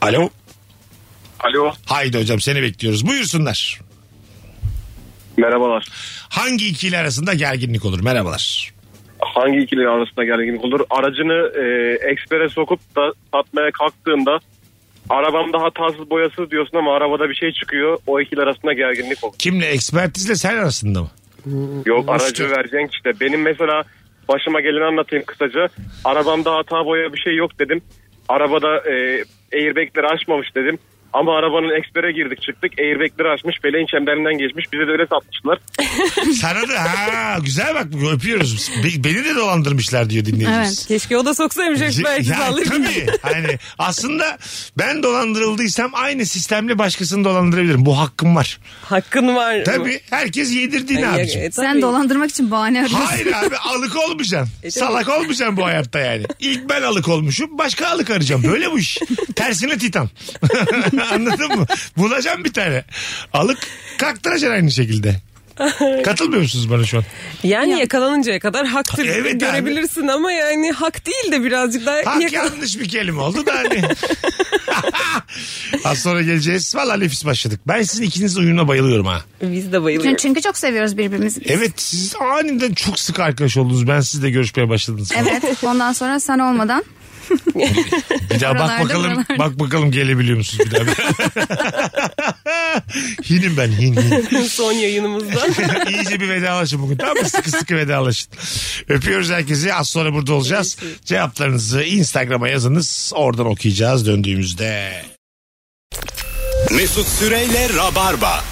Speaker 1: Alo.
Speaker 9: Alo.
Speaker 1: Haydi hocam seni bekliyoruz. Buyursunlar.
Speaker 4: Merhabalar.
Speaker 1: Hangi ikili arasında gerginlik olur? Merhabalar.
Speaker 4: hangi ikili arasında gerginlik olur? Aracını e, ekspere sokup da satmaya kalktığında arabamda hatasız boyasız diyorsun ama arabada bir şey çıkıyor. O ikili arasında gerginlik olur.
Speaker 1: Kimle? Ekspertizle sen arasında mı?
Speaker 4: Yok aracı vereceğin işte. Benim mesela başıma geleni anlatayım kısaca. Arabamda hata boya bir şey yok dedim. Arabada e, airbagleri açmamış dedim. Ama arabanın ekspere girdik çıktık. Airbagleri açmış. Beleğin çemberinden geçmiş. Bize de öyle satmışlar.
Speaker 1: Sana da ha güzel bak öpüyoruz. Be- beni de dolandırmışlar diyor dinleyicimiz.
Speaker 3: Evet.
Speaker 2: Keşke o da soksaymış belki
Speaker 1: Ya,
Speaker 2: sağlayayım.
Speaker 1: tabii. Hani aslında ben dolandırıldıysam aynı sistemle başkasını dolandırabilirim. Bu hakkım var.
Speaker 2: Hakkın var.
Speaker 1: Tabii herkes yedirdiğini
Speaker 2: Ya,
Speaker 1: abicim.
Speaker 2: e, tabii.
Speaker 3: Sen dolandırmak için bahane arıyorsun.
Speaker 1: Hayır abi alık olmayacaksın. Salak olmayacaksın bu hayatta yani. İlk ben alık olmuşum başka alık arayacağım. Böyle bu iş. Tersine titan. (laughs) Anladın mı? Bulacağım bir tane. Alık kaktıracaksın aynı şekilde. Katılmıyor musunuz bana şu an?
Speaker 2: Yani yakalanıncaya kadar haktır
Speaker 1: Ha, evet abi.
Speaker 2: görebilirsin ama yani hak değil de birazcık daha
Speaker 1: Hak
Speaker 2: yakal-
Speaker 1: yanlış bir kelime oldu da hani. Az sonra geleceğiz. Valla nefis başladık. Ben sizin ikinizin uyumuna bayılıyorum ha.
Speaker 2: Biz de
Speaker 3: Çünkü-
Speaker 2: bayılıyoruz.
Speaker 3: Çünkü çok seviyoruz birbirimizi.
Speaker 1: Evet siz aniden çok sık arkadaş oldunuz. Ben sizle görüşmeye başladınız. falan.
Speaker 3: Evet. Ondan sonra sen olmadan
Speaker 1: Bir daha bak
Speaker 3: Buralarda,
Speaker 1: bakalım
Speaker 3: buralarda.
Speaker 1: bak bakalım gelebiliyor musunuz bir daha. (laughs) Hinim ben hin hin. (laughs)
Speaker 2: (laughs) Son yayınımızda.
Speaker 1: İyice bir vedalaşın bugün. Tamam mı? Sıkı sıkı vedalaşın. Öpüyoruz herkesi. Az sonra burada olacağız. Cevaplarınızı Instagram'a yazınız. Oradan okuyacağız döndüğümüzde.
Speaker 10: Mesut Süreyle Rabarba.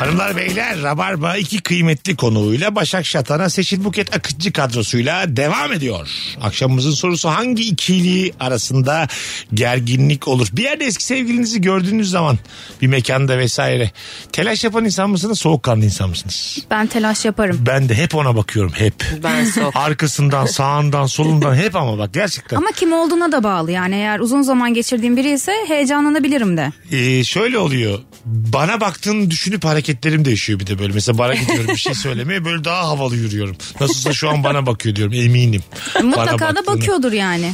Speaker 1: Hanımlar beyler Rabarba iki kıymetli konuğuyla Başak Şatan'a Seçil Buket Akıncı kadrosuyla devam ediyor. Akşamımızın sorusu hangi ikili arasında gerginlik olur? Bir yerde eski sevgilinizi gördüğünüz zaman bir mekanda vesaire telaş yapan insan mısınız soğukkanlı insan mısınız?
Speaker 3: Ben telaş yaparım.
Speaker 1: (laughs) Ben de hep ona bakıyorum hep.
Speaker 2: Ben sok.
Speaker 1: Arkasından sağından solundan hep ama bak gerçekten.
Speaker 3: Ama kim olduğuna da bağlı yani eğer uzun zaman geçirdiğim biri ise heyecanlanabilirim de.
Speaker 1: Ee, şöyle oluyor. Bana baktığını düşünüp hareketlerim değişiyor bir de böyle. Mesela bana gidiyorum
Speaker 3: (laughs)
Speaker 1: bir şey söylemeye böyle daha havalı yürüyorum. Nasılsa şu an bana bakıyor diyorum eminim.
Speaker 3: Mutlaka
Speaker 1: Bana
Speaker 3: da
Speaker 1: baktığını.
Speaker 3: bakıyordur yani.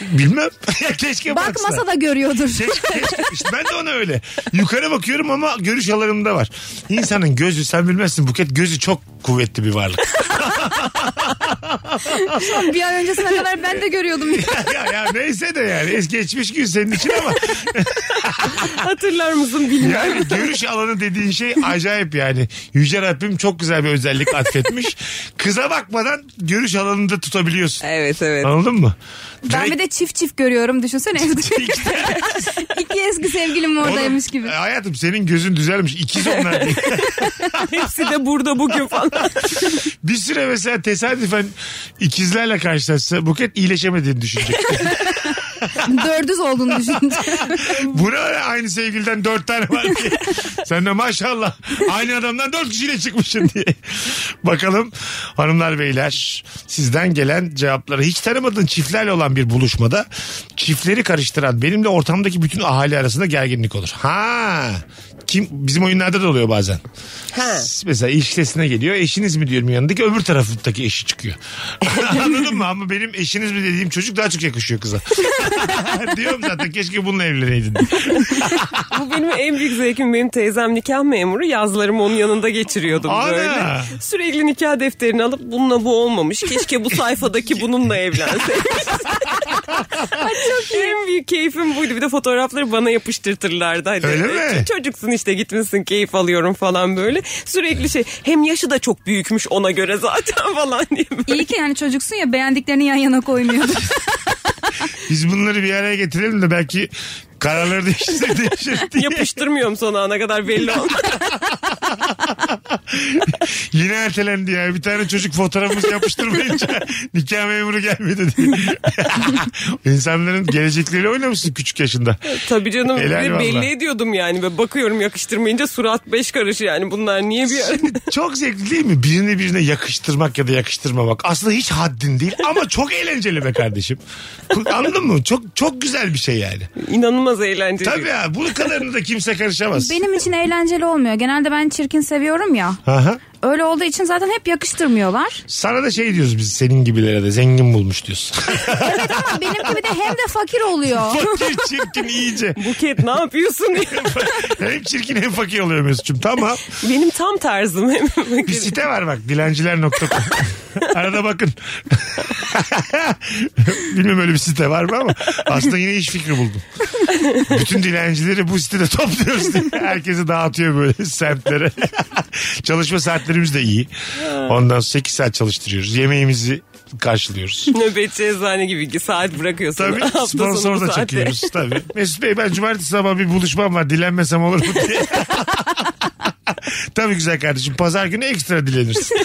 Speaker 1: Bilmem. (laughs) Keşke baksa.
Speaker 3: Bakmasa
Speaker 1: (laughs)
Speaker 3: da görüyordur.
Speaker 1: Keşke- keşke- İşte ben de ona öyle. Yukarı bakıyorum ama görüş alanımda var. İnsanın gözü sen bilmezsin Buket gözü çok kuvvetli bir varlık. (laughs)
Speaker 3: bir ay öncesine kadar ben de görüyordum.
Speaker 1: (laughs) ya, ya neyse de yani es geçmiş gün senin için ama
Speaker 2: Hatırlar mısın bilmiyorum.
Speaker 3: (laughs)
Speaker 1: Yani görüş alanı dediğin şey acayip yani. Yüce Rabbim çok güzel bir özellik atfetmiş. Kıza bakmadan görüş alanını da tutabiliyorsun.
Speaker 2: Evet evet.
Speaker 1: Anladın mı?
Speaker 3: ben bir de çift çift görüyorum düşünsene. (laughs)
Speaker 1: (laughs)
Speaker 3: İki eski sevgilim oradaymış gibi.
Speaker 1: Hayatım senin gözün düzelmiş. İkiz onlar
Speaker 3: (laughs)
Speaker 1: diye.
Speaker 2: Hepsi de burada bugün falan.
Speaker 1: bir süre mesela tesadüfen ikizlerle karşılaşsa Buket iyileşemediğini düşünecek.
Speaker 3: Dördüz olduğunu düşünce.
Speaker 1: Bu ne öyle aynı sevgiliden dört tane var diye. Sen de maşallah aynı adamdan dört kişiyle çıkmışsın diye. Bakalım hanımlar beyler sizden gelen cevapları hiç tanımadığın çiftlerle olan bir buluşmada çiftleri karıştıran benimle ortamdaki bütün ahali arasında gerginlik olur. Ha kim bizim oyunlarda da oluyor bazen.
Speaker 2: Ha.
Speaker 1: S- Mesela ilişkisine geliyor eşiniz mi diyorum yanındaki öbür taraftaki eşi çıkıyor. (laughs) Anladın mı ama benim eşiniz mi dediğim çocuk daha çok yakışıyor kıza. Diyorum zaten keşke bununla evleneydin.
Speaker 2: (laughs) Bu benim en büyük zevkim. Benim teyzem nikah memuru. Yazlarımı onun yanında geçiriyordum
Speaker 1: Ana!
Speaker 2: böyle. Sürekli nikah defterini alıp bununla bu olmamış. Keşke bu sayfadaki bununla evlenseymiş. (laughs) Çok iyi. En büyük keyfim buydu. Bir de fotoğrafları bana yapıştırtırlardı. Hani
Speaker 1: Öyle mi?
Speaker 2: Çocuksun işte gitmişsin keyif alıyorum falan böyle. Sürekli şey hem yaşı da çok büyükmüş ona göre zaten (laughs) falan diye böyle.
Speaker 3: (laughs) İyi ki yani çocuksun ya beğendiklerini yan yana koymuyordu.
Speaker 1: Biz bunları bir araya getirelim de belki kararları değişir, değişir diye.
Speaker 2: Yapıştırmıyorum son ana kadar belli olmaz.
Speaker 1: Yine ertelendi ya. Bir tane çocuk fotoğrafımızı yapıştırmayınca nikah memuru gelmedi diye. (laughs) İnsanların gelecekleriyle oynamışsın küçük yaşında.
Speaker 2: Tabii canım
Speaker 1: Helal
Speaker 2: bir de
Speaker 1: valla.
Speaker 2: belli ediyordum yani. Böyle bakıyorum yakıştırmayınca surat beş karış yani. Bunlar niye bir (laughs)
Speaker 1: Çok zevkli değil mi? Birini birine yakıştırmak ya da yakıştırmamak. Aslında hiç haddin değil ama çok eğlenceli be kardeşim. Anladın mı? Çok çok güzel bir şey yani.
Speaker 2: inanılmaz eğlenceli.
Speaker 1: Tabii ya. Bunun kadarını da kimse karışamaz.
Speaker 3: (laughs) Benim için eğlenceli olmuyor. Genelde ben çirkin seviyorum ya.
Speaker 1: Aha.
Speaker 3: Öyle olduğu için zaten hep yakıştırmıyorlar.
Speaker 1: Sana da şey diyoruz biz senin gibilere de zengin bulmuş diyoruz.
Speaker 3: Ama benim gibi de hem de fakir oluyor.
Speaker 1: Fakir çirkin iyice.
Speaker 2: Buket ne yapıyorsun (laughs) diye.
Speaker 1: (laughs) hem çirkin hem fakir oluyor Mesut'cum tamam.
Speaker 2: Benim tam tarzım.
Speaker 1: Bir site var bak dilenciler.com. Arada bakın. (laughs) Bilmem öyle bir site var mı ama aslında yine iş fikri buldum. Bütün dilencileri bu sitede topluyoruz. Herkesi dağıtıyor böyle semtlere. (laughs) Çalışma saatlerimiz de iyi. Ondan 8 saat çalıştırıyoruz. Yemeğimizi karşılıyoruz.
Speaker 2: Nöbetçi eczane gibi ki saat bırakıyorsun.
Speaker 1: Tabii
Speaker 2: Hafta sonu
Speaker 1: sponsor
Speaker 2: bu
Speaker 1: da
Speaker 2: saatte. (laughs)
Speaker 1: çekiyoruz tabii. Mesut Bey ben cumartesi sabah bir buluşmam var dilenmesem olur mu diye. (laughs) tabii güzel kardeşim pazar günü ekstra dilenirsin. (laughs)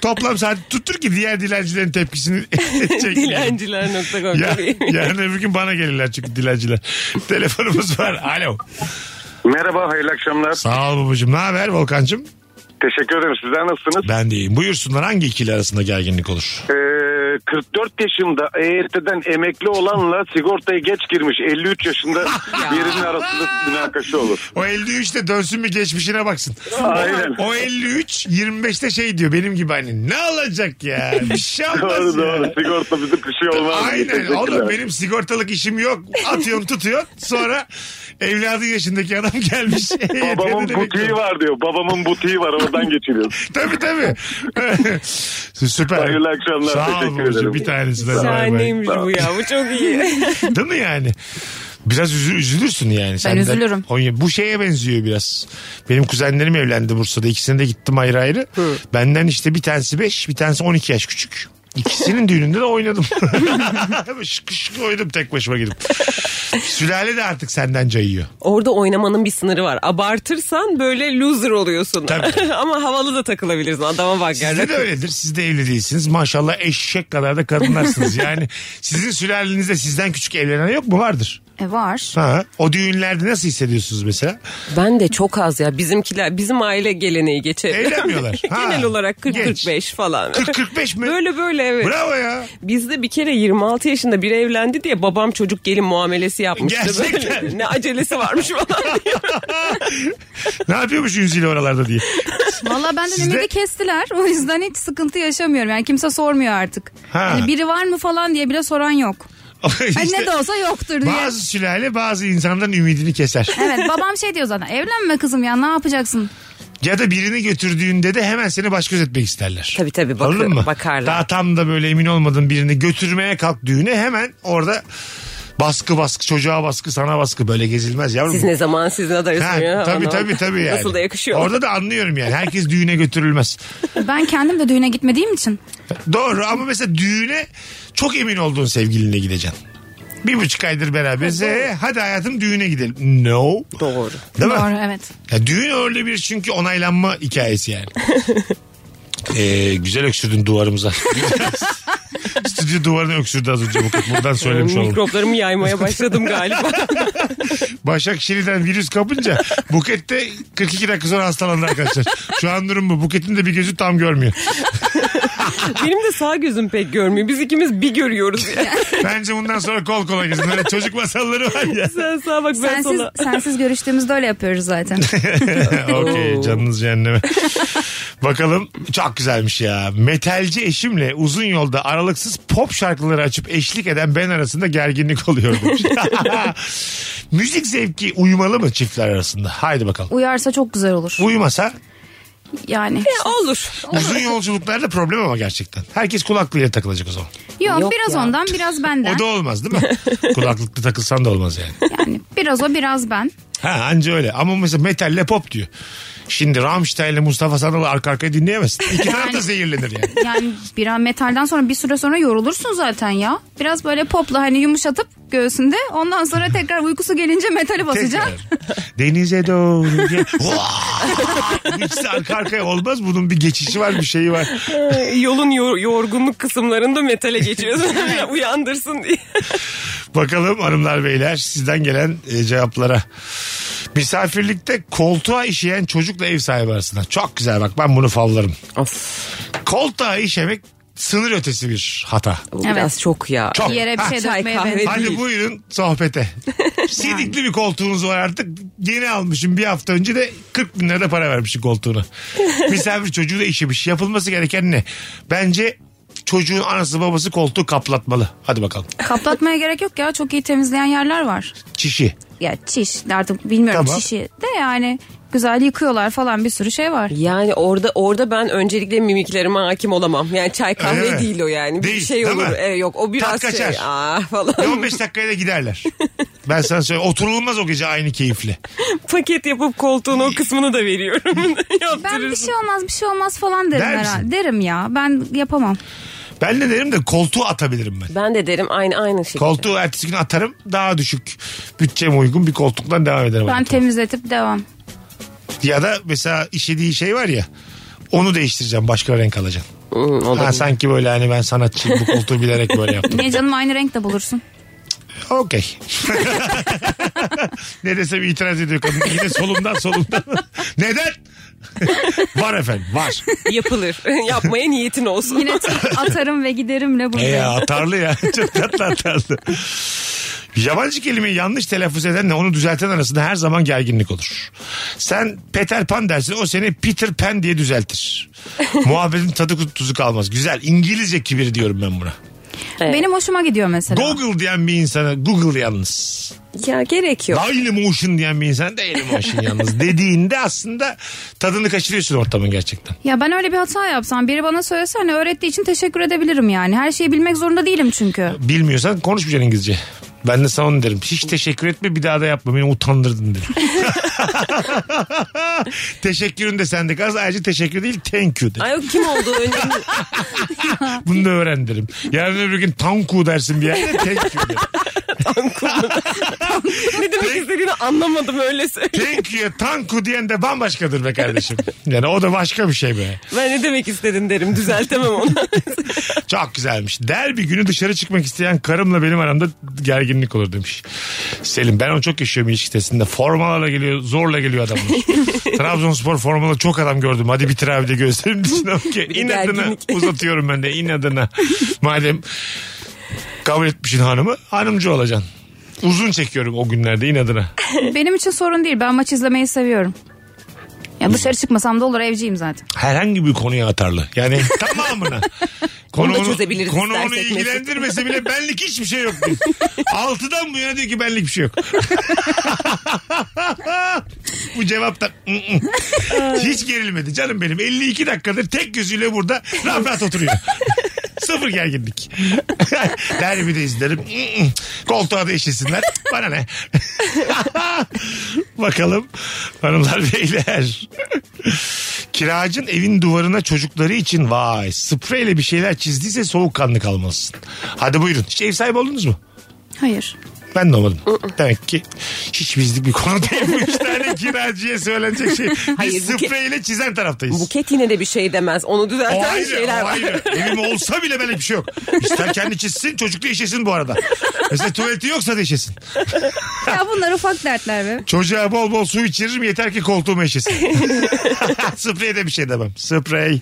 Speaker 1: Toplam saati tuttur ki diğer dilencilerin tepkisini (laughs) çekmeyelim.
Speaker 2: Dilenciler.com
Speaker 1: Ya,
Speaker 2: gibi.
Speaker 1: (laughs) yarın öbür gün bana gelirler çünkü dilenciler. Telefonumuz var. Alo.
Speaker 11: Merhaba, hayırlı akşamlar.
Speaker 1: Sağ ol babacığım. Ne haber Volkan'cığım?
Speaker 11: Teşekkür ederim. Sizler nasılsınız?
Speaker 1: Ben de iyiyim. Buyursunlar hangi ikili arasında gerginlik olur?
Speaker 11: Ee, 44 yaşında EYT'den emekli olanla sigortaya geç girmiş 53
Speaker 1: (laughs)
Speaker 11: yaşında birinin arasında münakaşa olur.
Speaker 1: O 53'te dönsün bir geçmişine baksın.
Speaker 11: Aynen.
Speaker 1: O 53 25'te şey diyor benim gibi hani ne alacak ya bir şey olmaz
Speaker 11: Doğru
Speaker 1: ya.
Speaker 11: doğru. Sigorta bizim bir şey olmaz.
Speaker 1: Aynen
Speaker 11: Teşekkürler.
Speaker 1: oğlum benim sigortalık işim yok atıyorsun tutuyorsun sonra evladın yaşındaki adam gelmiş.
Speaker 11: (laughs)
Speaker 1: Ee,
Speaker 11: Babamın
Speaker 1: Dedi,
Speaker 11: butiği var diyor. Babamın butiği var
Speaker 1: (laughs)
Speaker 11: oradan geçiriyoruz. (laughs)
Speaker 1: Tabii tabii. Süper.
Speaker 11: Hayırlı akşamlar,
Speaker 1: Sağ ol
Speaker 11: teşekkür
Speaker 1: babacığım,
Speaker 11: ederim.
Speaker 1: bir tanesi de. Bay bay.
Speaker 2: Şahaneymiş bu ya. Bu çok iyi. (laughs)
Speaker 1: Değil mi yani? Biraz üzü- üzülürsün yani. Sen de-
Speaker 3: üzülürüm.
Speaker 1: Konya- bu şeye benziyor biraz. Benim kuzenlerim evlendi Bursa'da. İkisine de gittim ayrı ayrı. Benden işte bir tanesi 5, bir tanesi 12 yaş (laughs) küçük. İkisinin düğününde de oynadım. şık şık oynadım tek başıma gidip. Sülale de artık senden cayıyor.
Speaker 2: Orada oynamanın bir sınırı var. Abartırsan böyle loser oluyorsun.
Speaker 1: Tabii.
Speaker 2: (laughs) Ama havalı da takılabilirsin. Adama bak
Speaker 1: Sizde de
Speaker 2: gerçekten.
Speaker 1: öyledir. Siz de evli değilsiniz. Maşallah eşek kadar da kadınlarsınız. Yani sizin sülalenizde sizden küçük evlenen yok mu? Vardır.
Speaker 3: E var.
Speaker 1: Ha, o düğünlerde nasıl hissediyorsunuz mesela?
Speaker 2: Ben de çok az ya. Bizimkiler, bizim aile geleneği geçer.
Speaker 1: Eğlenmiyorlar. Ha.
Speaker 2: (laughs) Genel olarak
Speaker 1: Geç.
Speaker 2: 40-45 falan. (laughs)
Speaker 1: 40-45 mi?
Speaker 2: Böyle böyle evet.
Speaker 1: Bravo ya.
Speaker 2: Bizde bir kere 26 yaşında biri evlendi diye babam çocuk gelin muamelesi yapmıştı.
Speaker 1: Gerçekten.
Speaker 2: Böyle, (laughs) ne acelesi
Speaker 1: (laughs)
Speaker 2: varmış falan diye.
Speaker 1: ne yapıyormuş Yüzüyle oralarda (laughs) diye.
Speaker 3: Valla benden
Speaker 1: Sizde-
Speaker 3: ümidi kestiler. O yüzden hiç sıkıntı yaşamıyorum. Yani kimse sormuyor artık.
Speaker 1: Ha.
Speaker 3: Hani biri var mı falan diye bile soran yok. Hani
Speaker 1: İşte
Speaker 3: ne de olsa yoktur diye.
Speaker 1: bazı sülale bazı insanların ümidini keser.
Speaker 3: Evet babam şey diyor zaten evlenme kızım ya ne yapacaksın?
Speaker 1: Ya da birini götürdüğünde de hemen seni baş göz etmek isterler.
Speaker 2: Tabii tabii, bakı-
Speaker 1: Anladın mı?
Speaker 2: bakarlar.
Speaker 1: Daha tam da böyle emin olmadığın birini götürmeye kalk düğüne hemen orada baskı baskı çocuğa baskı sana baskı böyle gezilmez yavrum.
Speaker 2: Siz ne zaman siz ne
Speaker 1: Ha,
Speaker 2: darsınız ya?
Speaker 1: tabii
Speaker 2: Anam.
Speaker 1: tabii tabii yani.
Speaker 2: Nasıl da yakışıyor.
Speaker 1: Orada da anlıyorum yani. Herkes düğüne götürülmez.
Speaker 3: Ben kendim de düğüne gitmediğim için.
Speaker 1: Doğru ama mesela düğüne çok emin olduğun sevgilinle gideceksin. Bir buçuk aydır beraberiz. Ee, hadi hayatım düğüne gidelim. No.
Speaker 2: Doğru.
Speaker 1: Değil mi?
Speaker 3: Doğru evet.
Speaker 1: Ya düğün öyle bir çünkü onaylanma hikayesi yani. Ee, güzel öksürdün duvarımıza. Stüdyo duvarını öksürdü az önce bu Buradan söylemiş olalım.
Speaker 2: Mikroplarımı yaymaya
Speaker 1: (laughs)
Speaker 2: başladım galiba.
Speaker 1: Başakşehir'den virüs kapınca Buket'te 42 dakika sonra hastalandı arkadaşlar. Şu an durum bu. Buket'in de bir gözü tam görmüyor.
Speaker 2: Benim de sağ gözüm pek görmüyor. Biz ikimiz
Speaker 1: (laughs)
Speaker 2: bir görüyoruz. Yani.
Speaker 1: Bence bundan sonra kol kola gezin. Öyle çocuk masalları var ya.
Speaker 2: Sen sağa bak ben
Speaker 3: Sensiz,
Speaker 2: sola.
Speaker 3: sensiz görüştüğümüzde öyle
Speaker 1: (laughs)
Speaker 3: yapıyoruz zaten.
Speaker 1: Okey canınız cehenneme. (laughs) Bakalım çok güzelmiş ya. Metalci eşimle uzun yolda aralıksız pop şarkıları açıp eşlik eden ben arasında gerginlik oluyor. demiş. (laughs) Müzik zevki uyumalı mı çiftler arasında? Haydi bakalım.
Speaker 3: Uyarsa çok güzel olur.
Speaker 1: Uyumasa
Speaker 3: Yani.
Speaker 2: Olur.
Speaker 1: uzun yolculuklarda problem ama gerçekten. Herkes kulaklığıyla takılacak o zaman.
Speaker 3: Yok,
Speaker 2: Yok
Speaker 3: biraz
Speaker 2: ya.
Speaker 3: ondan biraz benden.
Speaker 1: O da olmaz değil mi? Kulaklıklı takılsan da olmaz yani.
Speaker 3: Yani biraz o biraz ben.
Speaker 1: Ha anca öyle. Ama mesela metalle pop diyor. Şimdi Rammstein'le Mustafa Sandal'ı arka arkaya dinleyemezsin. İki taraf da zehirlenir yani.
Speaker 3: Yani bir an metalden sonra bir süre sonra yorulursun zaten ya. Biraz böyle popla hani yumuşatıp göğsünde ondan sonra tekrar uykusu gelince metali basacaksın.
Speaker 1: Tekrar. Denize doğru. gel- (laughs) Vaa! İkisi arka arkaya olmaz. Bunun bir geçişi var bir şeyi var.
Speaker 2: Ee, Yolun yor- yorgunluk kısımlarında
Speaker 1: (laughs)
Speaker 2: metale geçiyorsun. (laughs) Uyandırsın diye.
Speaker 1: Bakalım hanımlar beyler sizden gelen e, cevaplara. Misafirlikte koltuğa işeyen çocukla ev sahibi arasında. Çok güzel bak ben bunu favlarım. Koltuğa işemek sınır ötesi bir hata.
Speaker 2: Bu Biraz çok ya.
Speaker 1: Çok.
Speaker 3: Yere bir
Speaker 1: Ha,
Speaker 3: şey
Speaker 2: çay,
Speaker 3: dökmeye
Speaker 2: kahve
Speaker 3: benziyor.
Speaker 1: Hadi
Speaker 2: değil.
Speaker 1: buyurun sohbete. Sidikli bir koltuğunuz var artık. Yeni almışım bir hafta önce de 40 bin lira da para vermişim koltuğuna. Misafir çocuğu da işemiş. Yapılması gereken ne? Bence çocuğun anası babası koltuğu kaplatmalı. Hadi bakalım.
Speaker 3: Kaplatmaya gerek yok ya çok iyi temizleyen yerler var.
Speaker 1: Çişi.
Speaker 3: Ya çiş artık bilmiyorum
Speaker 1: Tamam.
Speaker 3: çişi de yani güzel yıkıyorlar falan bir sürü şey var.
Speaker 2: Yani orada orada ben öncelikle mimiklerime hakim olamam. Yani çay kahve
Speaker 1: mi?
Speaker 2: değil o yani. Bir
Speaker 1: Değil,
Speaker 2: şey
Speaker 1: değil
Speaker 2: olur.
Speaker 1: mi?
Speaker 2: E, yok o biraz
Speaker 1: Tat
Speaker 2: şey.
Speaker 1: kaçar.
Speaker 2: Aa falan.
Speaker 1: Ve 15 dakikaya da giderler. Ben sana söyleyeyim. Oturulmaz o gece aynı keyifle.
Speaker 2: (laughs) Paket yapıp koltuğun o kısmını da veriyorum. (laughs)
Speaker 3: Ben bir
Speaker 2: Yaptırırsın.
Speaker 3: şey olmaz bir şey olmaz falan derim
Speaker 1: Der misin?
Speaker 3: herhalde. Derim ya ben yapamam.
Speaker 1: Ben de derim de koltuğu atabilirim ben.
Speaker 2: Ben de derim aynı aynı şekilde.
Speaker 1: Koltuğu ertesi gün atarım. Daha düşük bütçeme uygun bir koltuktan devam ederim.
Speaker 3: Ben temizletip devam.
Speaker 1: Ya da mesela işlediği şey var ya. Onu değiştireceğim. Başka renk alacaksın.
Speaker 2: Hmm,
Speaker 1: (laughs)
Speaker 2: olur.
Speaker 1: Ha, sanki böyle hani ben sanatçıyım bu koltuğu bilerek böyle yaptım.
Speaker 3: Niye canım aynı renkte
Speaker 1: (laughs)
Speaker 3: bulursun?
Speaker 1: Okey. (laughs) ne desem itiraz ediyor kadın. Yine solumdan solumdan. Neden? var efendim var.
Speaker 2: Yapılır. (laughs) Yapmaya niyetin olsun.
Speaker 3: Yine tık atarım ve giderimle
Speaker 1: E ya
Speaker 3: buradayım.
Speaker 1: atarlı ya. (laughs) Çok tatlı atarlı. Yabancı kelimeyi yanlış telaffuz edenle onu düzelten arasında her zaman gerginlik olur. Sen Peter Pan dersin o seni Peter Pan diye düzeltir. Muhabbetin tadı tuzu kalmaz. Güzel İngilizce kibir diyorum ben buna.
Speaker 3: Benim hoşuma gidiyor mesela.
Speaker 1: Google diyen bir insana Google yalnız.
Speaker 2: Ya gerek yok.
Speaker 1: Dailymotion diyen bir insan
Speaker 2: (laughs)
Speaker 1: Dailymotion yalnız dediğinde aslında tadını kaçırıyorsun ortamın gerçekten.
Speaker 3: Ya ben öyle bir hata yapsam biri bana söylese hani öğrettiği için teşekkür edebilirim yani. Her şeyi bilmek zorunda değilim çünkü.
Speaker 1: (laughs) Bilmiyorsan konuşmayacaksın İngilizce. Ben de sana onu derim. Hiç teşekkür etme bir daha da yapma. Beni utandırdın
Speaker 2: (laughs)
Speaker 1: derim. Teşekkürün de sende kalsın. Ayrıca teşekkür değil thank you derim.
Speaker 2: Ay yok kim
Speaker 1: (laughs)
Speaker 2: olduğu önemli. (laughs)
Speaker 1: Bunu da öğren derim. Yarın öbür gün tanku dersin bir yerde thank you derim.
Speaker 2: Tanku. ne demek istediğini anlamadım öyle söyle.
Speaker 1: Thank you tanku diyen de bambaşkadır be kardeşim. Yani o da başka bir şey be.
Speaker 2: Ben ne demek istedin derim düzeltemem onu.
Speaker 1: (laughs) Çok güzelmiş. Derbi günü dışarı çıkmak isteyen karımla benim aramda gerginlik olur demiş. Selim ben onu çok yaşıyorum ilişki testinde. Formalarla geliyor, zorla geliyor
Speaker 2: (laughs)
Speaker 1: adamlar. Trabzonspor formalı çok adam gördüm. Hadi bitir abi de gözlerim
Speaker 2: (laughs)
Speaker 1: dışına bakıyor.
Speaker 2: de
Speaker 1: İnadına
Speaker 2: gerginlik. (laughs)
Speaker 1: uzatıyorum ben de inadına. Madem kabul etmişsin hanımı, hanımcı olacaksın. Uzun çekiyorum o günlerde inadına.
Speaker 3: Benim için sorun değil. Ben maç izlemeyi seviyorum. Ya dışarı çıkmasam da olur evciyim zaten.
Speaker 1: herhangi bir konuya atarlı.
Speaker 2: (laughs)
Speaker 1: Yani tamamına. Konu
Speaker 2: Bunu da
Speaker 1: onu,
Speaker 2: çözebiliriz
Speaker 1: konu onu
Speaker 2: istersek
Speaker 1: ilgilendirmese bile benlik hiçbir şey yok.
Speaker 2: (laughs)
Speaker 1: diyor. Altıdan bu yana diyor ki benlik bir şey yok. bu cevap da "Mm, mm." hiç gerilmedi canım benim. 52 dakikadır tek gözüyle burada rahat rahat oturuyor. Sıfır gerginlik. (laughs) Derbi de izlerim. Mm, mm. Koltuğa da eşilsinler. Bana ne? (laughs) Bakalım hanımlar beyler. Kiracın evin duvarına çocukları için vay spreyle bir şeyler çizdiyse soğukkanlı kalmalısın. Hadi buyurun. Hiç ev sahibi oldunuz mu?
Speaker 3: Hayır.
Speaker 1: Ben de olmadım. Demek ki hiç bizlik bir konu değil. Bu
Speaker 2: (laughs)
Speaker 1: üç tane kiracıya söylenecek şey. Biz
Speaker 2: Hayır, bu ki-
Speaker 1: spreyle çizen taraftayız.
Speaker 2: Buket yine de bir şey demez. Onu
Speaker 1: O
Speaker 2: düzelten
Speaker 1: ayrı,
Speaker 2: şeyler
Speaker 1: o
Speaker 2: var.
Speaker 1: ayrı. Evim olsa bile böyle bir şey yok. İster kendi çizsin, çocukla işesin bu arada. Mesela tuvaleti yoksa da işesin.
Speaker 3: Ya bunlar ufak dertler be.
Speaker 1: Çocuğa bol bol su içiririm yeter ki koltuğuma eşesin. (laughs) Spreye de bir şey demem. Sprey.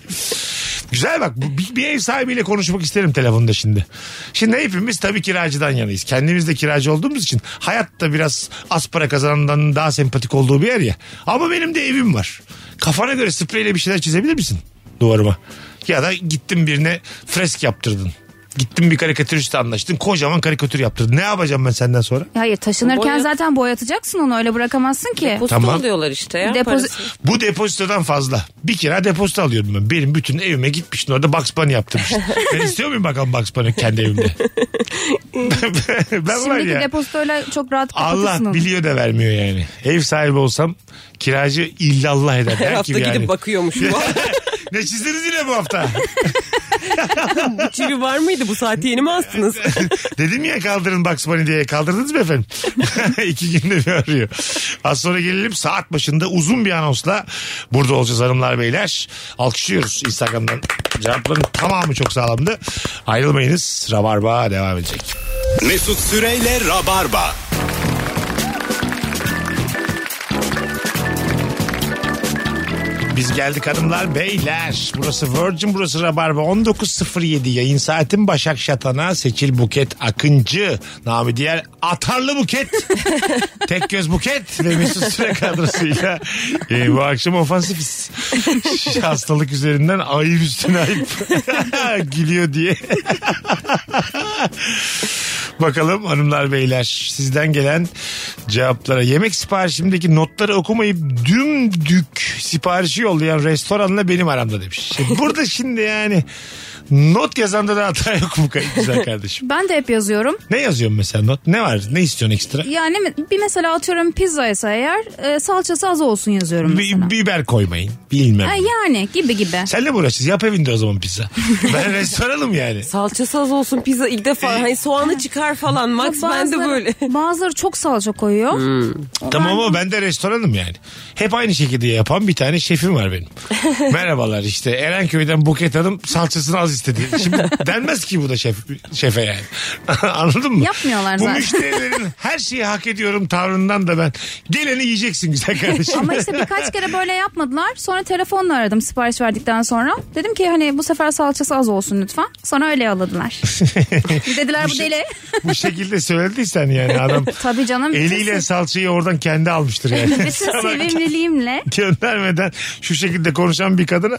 Speaker 1: Güzel bak bu- bir, bir ev sahibiyle konuşmak isterim telefonda şimdi. Şimdi hepimiz tabii kiracıdan yanayız. Kendimiz de kiracı olduğumuz için hayatta biraz az para kazanandan daha sempatik olduğu bir yer ya. Ama benim de evim var. Kafana göre spreyle bir şeyler çizebilir misin duvarıma? Ya da gittin birine fresk yaptırdın. Gittin bir karikatüristle anlaştın. Kocaman karikatür yaptırdın. Ne yapacağım ben senden sonra?
Speaker 3: Hayır taşınırken
Speaker 2: Boya-
Speaker 3: zaten boyatacaksın onu öyle bırakamazsın ki.
Speaker 2: Posta
Speaker 1: Tamam.
Speaker 2: oluyorlar işte ya
Speaker 3: Depozi-
Speaker 2: parası.
Speaker 1: Bu depozitodan fazla. Bir kira depozito alıyordum ben. Benim bütün evime gitmiştin orada Bugs Bunny yaptırmıştın.
Speaker 2: (laughs)
Speaker 1: ben istiyor muyum bakalım Bugs Bunny kendi evimde? (laughs) ben var
Speaker 3: Şimdiki
Speaker 1: ya.
Speaker 3: depozitoyla çok rahat
Speaker 1: Allah
Speaker 3: kapatırsın onu.
Speaker 1: biliyor da vermiyor yani. Ev sahibi olsam kiracı illallah eder.
Speaker 2: Her
Speaker 1: Der
Speaker 2: hafta
Speaker 1: ki
Speaker 2: gidip
Speaker 1: yani.
Speaker 2: bakıyormuş. (laughs) Bu
Speaker 1: (laughs) ne çizdiniz yine bu
Speaker 2: (laughs)
Speaker 1: hafta?
Speaker 2: çivi var mıydı? Bu saati yeni mi (laughs) astınız?
Speaker 1: (laughs) Dedim ya kaldırın Bugs Bunny diye. Kaldırdınız mı efendim? (laughs) İki günde bir arıyor. Az sonra gelelim saat başında uzun bir anonsla burada olacağız hanımlar beyler. Alkışlıyoruz Instagram'dan. Cevapların tamamı çok sağlamdı. Ayrılmayınız. Rabarba devam edecek.
Speaker 10: Mesut Süreyle Rabarba.
Speaker 1: Biz geldik hanımlar beyler. Burası Virgin burası Rabarba 19.07 yayın saatin Başak Şatan'a Seçil Buket Akıncı. Namı diğer Atarlı Buket. Tek göz Buket ve Mesut Süre kadrosuyla e, bu akşam ofansifiz. Hastalık üzerinden ayıp üstüne ayıp. (laughs) Gülüyor diye. Bakalım hanımlar beyler sizden gelen cevaplara. Yemek siparişimdeki notları okumayıp dümdük siparişi yollayan restoranla benim aramda demiş. Şimdi burada şimdi yani not yazanda da hata yok mu güzel kardeşim?
Speaker 3: Ben de hep yazıyorum.
Speaker 1: Ne yazıyorsun mesela not? Ne var? Ne istiyorsun ekstra?
Speaker 3: Yani mi- bir mesela atıyorum pizzaysa eğer e, salçası az olsun yazıyorum
Speaker 1: Bi-
Speaker 3: mesela.
Speaker 1: biber koymayın. Bilmem.
Speaker 3: Ha, yani gibi gibi.
Speaker 1: Senle mi uğraşacağız? Yap evinde o zaman pizza. ben restoranım yani.
Speaker 2: Salçası az olsun pizza ilk defa. Hani soğanı çıkar falan. Max ben de
Speaker 3: Bazıları- (laughs)
Speaker 2: böyle. (laughs)
Speaker 3: Bazıları çok salça koyuyor.
Speaker 1: Tamam ama ben de restoranım yani. Hep aynı şekilde yapan bir tane şefim var
Speaker 3: (laughs)
Speaker 1: benim. Merhabalar işte Erenköy'den Buket Hanım salçasını az istedi. Şimdi denmez ki bu da şef, şefe yani. (laughs) Anladın mı?
Speaker 3: Yapmıyorlar
Speaker 1: bu
Speaker 3: zaten.
Speaker 1: müşterilerin her şeyi hak ediyorum tavrından da ben. Geleni yiyeceksin
Speaker 3: (laughs)
Speaker 1: güzel kardeşim.
Speaker 3: Ama işte birkaç kere böyle yapmadılar. Sonra telefonla aradım sipariş verdikten sonra. Dedim ki hani bu sefer salçası az olsun lütfen. Sonra öyle yolladılar. Dediler bu deli. (laughs)
Speaker 1: bu şekilde söylediysen yani adam
Speaker 3: Tabii canım. (laughs) bütün
Speaker 1: eliyle
Speaker 3: se-
Speaker 1: salçayı oradan kendi almıştır (laughs) yani.
Speaker 3: (laughs) bütün sevimliliğimle.
Speaker 1: (laughs) göndermeden şu şekilde konuşan bir kadına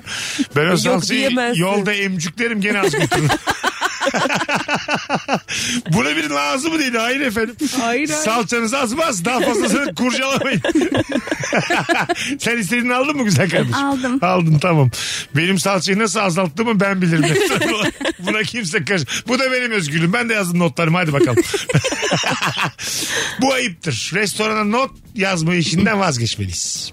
Speaker 1: ben o salçayı
Speaker 2: diyemezsin.
Speaker 1: yolda emcüklerim gene az
Speaker 2: (laughs)
Speaker 1: götürürüm. Buna birinin ağzı mı değdi? Hayır efendim.
Speaker 2: Hayır, hayır.
Speaker 1: Salçanız azmaz. Daha fazlasını (laughs) kurcalamayın. Sen istediğini aldın mı güzel kardeşim?
Speaker 3: Aldım.
Speaker 1: Aldın tamam. Benim salçayı nasıl azalttığımı ben bilirim. (laughs) Buna kimse karış. Bu da benim özgürlüğüm. Ben de yazdım notlarımı. Hadi bakalım. (laughs) Bu ayıptır. Restorana not yazma işinden vazgeçmeliyiz.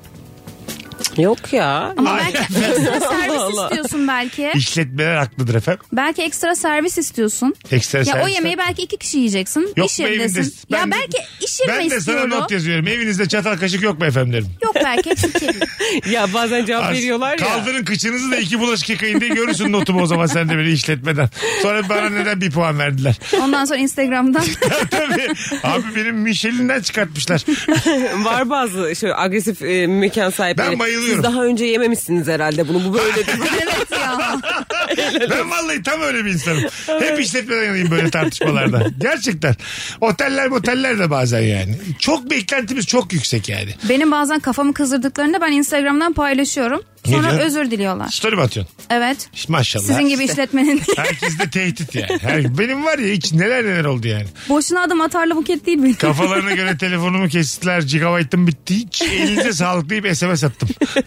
Speaker 2: Yok ya.
Speaker 3: Ama belki ekstra servis
Speaker 2: Allah.
Speaker 3: istiyorsun belki.
Speaker 1: İşletmeler haklıdır efendim.
Speaker 3: Belki ekstra servis istiyorsun.
Speaker 1: Ekstra
Speaker 3: Ya o
Speaker 1: servisler-
Speaker 3: yemeği belki iki kişi yiyeceksin.
Speaker 1: Yok
Speaker 3: iş
Speaker 1: be evinde-
Speaker 3: yerindesin. Ya
Speaker 1: ben de-
Speaker 3: belki iş yerine
Speaker 1: Ben de sana
Speaker 3: istiyorum.
Speaker 1: not yazıyorum. Evinizde çatal kaşık yok mu efendim derim. (laughs)
Speaker 3: Yok belki hepsi kirli.
Speaker 2: (laughs) Ya bazen cevap
Speaker 1: Ars-
Speaker 2: veriyorlar ya.
Speaker 1: Kaldırın kıçınızı da iki bulaşık yıkayın diye görürsün notumu o zaman sen de beni işletmeden. Sonra bana neden bir puan verdiler. (laughs)
Speaker 3: Ondan sonra Instagram'dan
Speaker 1: Tabii. Abi benim Michelin'den
Speaker 2: (laughs)
Speaker 1: çıkartmışlar.
Speaker 2: Var bazı şöyle agresif e, mekan sahipleri.
Speaker 1: Ben bayılıyorum.
Speaker 2: Siz daha önce yememişsiniz herhalde bunu. Bu böyle (laughs) değil.
Speaker 3: evet ya.
Speaker 1: Ben vallahi tam öyle bir insanım. Hep işletmeden yanayım böyle tartışmalarda. Gerçekten. Oteller moteller de bazen yani. Çok beklentimiz çok yüksek yani.
Speaker 3: Benim bazen kafamı kızdırdıklarında ben Instagram'dan paylaşıyorum.
Speaker 1: Ne
Speaker 3: Sonra
Speaker 1: diyor?
Speaker 3: özür diliyorlar.
Speaker 1: Story mi atıyorsun?
Speaker 3: Evet.
Speaker 1: İşte Maşallah.
Speaker 3: Sizin
Speaker 1: (laughs)
Speaker 3: gibi işletmenin
Speaker 1: Herkes de tehdit yani. Her- benim var ya hiç neler neler oldu yani.
Speaker 3: boşuna adım atarlı buket değil mi?
Speaker 1: Kafalarına göre telefonumu kestiler. Gigabyte'ım bitti. Hiç elinize sağlık deyip SMS attım. (laughs)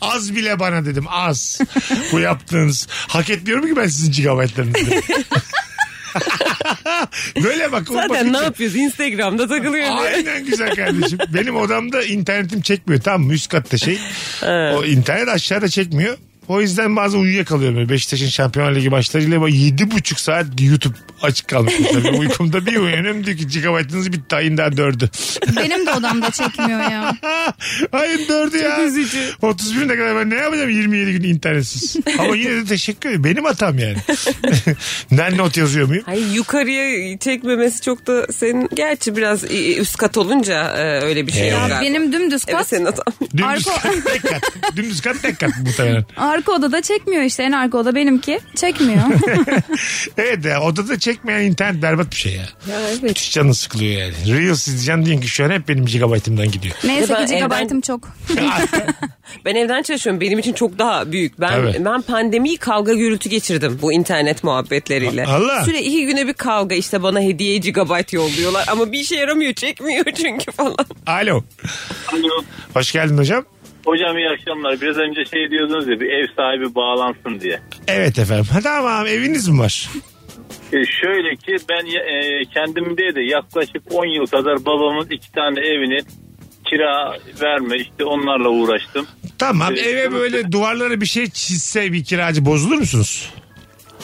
Speaker 1: az bile bana dedim az. Bu yaptığınız. Hak etmiyorum ki ben sizin gigabyte'larınızı. dedim. (laughs) Böyle bak. o
Speaker 2: Zaten
Speaker 1: bakınca-
Speaker 2: ne yapıyoruz? Instagram'da takılıyor. diye.
Speaker 1: Aynen güzel kardeşim. Benim odamda internetim çekmiyor. Tamam mı? Üst katta şey. o internet aşağıda çekmiyor. O yüzden bazen uyuyakalıyorum. Böyle Beşiktaş'ın Şampiyonlar Ligi maçlarıyla böyle yedi buçuk saat YouTube açık kalmış. Tabii uykumda bir uyanıyorum diyor ki gigabyte'ınız bitti ayın daha dördü.
Speaker 3: (laughs)
Speaker 1: (laughs)
Speaker 3: Benim de odamda çekmiyor ya.
Speaker 1: ayın dördü ya. Çok üzücü. 31'ine kadar ben ne yapacağım 27 gün internetsiz. Ama yine de teşekkür ederim. Benim hatam yani. (laughs) ben not yazıyor muyum?
Speaker 2: Ay yukarıya çekmemesi çok da senin gerçi biraz e, üst kat olunca e, öyle bir şey
Speaker 1: Evet.
Speaker 2: yok
Speaker 3: Ya
Speaker 2: galiba.
Speaker 3: benim dümdüz
Speaker 2: Evet
Speaker 3: kat.
Speaker 2: senin hatan.
Speaker 1: Dümdüz
Speaker 3: Arko-
Speaker 1: kat tek kat. Dümdüz kat tek kat muhtemelen.
Speaker 3: Arka odada çekmiyor işte. En arka oda benimki.
Speaker 1: (laughs)
Speaker 3: Çekmiyor.
Speaker 1: Evet ya E odada çekmeyen internet berbat bir şey ya. Müthiş canı sıkılıyor yani. Reels izleyeceğim diyorsun ki şu an hep benim gigabaytımdan gidiyor.
Speaker 3: Neyse
Speaker 2: Ya ben
Speaker 3: ki gigabaytım
Speaker 2: evden-
Speaker 3: çok.
Speaker 2: Ben evden çalışıyorum. Benim için çok daha büyük. Ben
Speaker 1: Tabii.
Speaker 2: ben pandemiyi kavga gürültü geçirdim bu internet muhabbetleriyle.
Speaker 1: A- Allah.
Speaker 2: Süre iki güne bir kavga işte bana hediye gigabyte yolluyorlar ama bir işe yaramıyor çekmiyor (laughs) çünkü falan.
Speaker 1: Alo.
Speaker 6: Alo.
Speaker 1: Hoş geldin hocam.
Speaker 6: Hocam iyi akşamlar. Biraz önce şey diyordunuz ya bir ev sahibi bağlansın diye.
Speaker 1: Evet efendim. Ha, tamam eviniz mi var?
Speaker 6: E, şöyle ki ben e, kendimde de yaklaşık 10 yıl kadar babamın iki tane evini kira verme işte onlarla uğraştım.
Speaker 1: Tamam
Speaker 6: Evet,
Speaker 1: eve
Speaker 6: evet.
Speaker 1: böyle duvarlara bir şey çizse bir kiracı bozulur musunuz?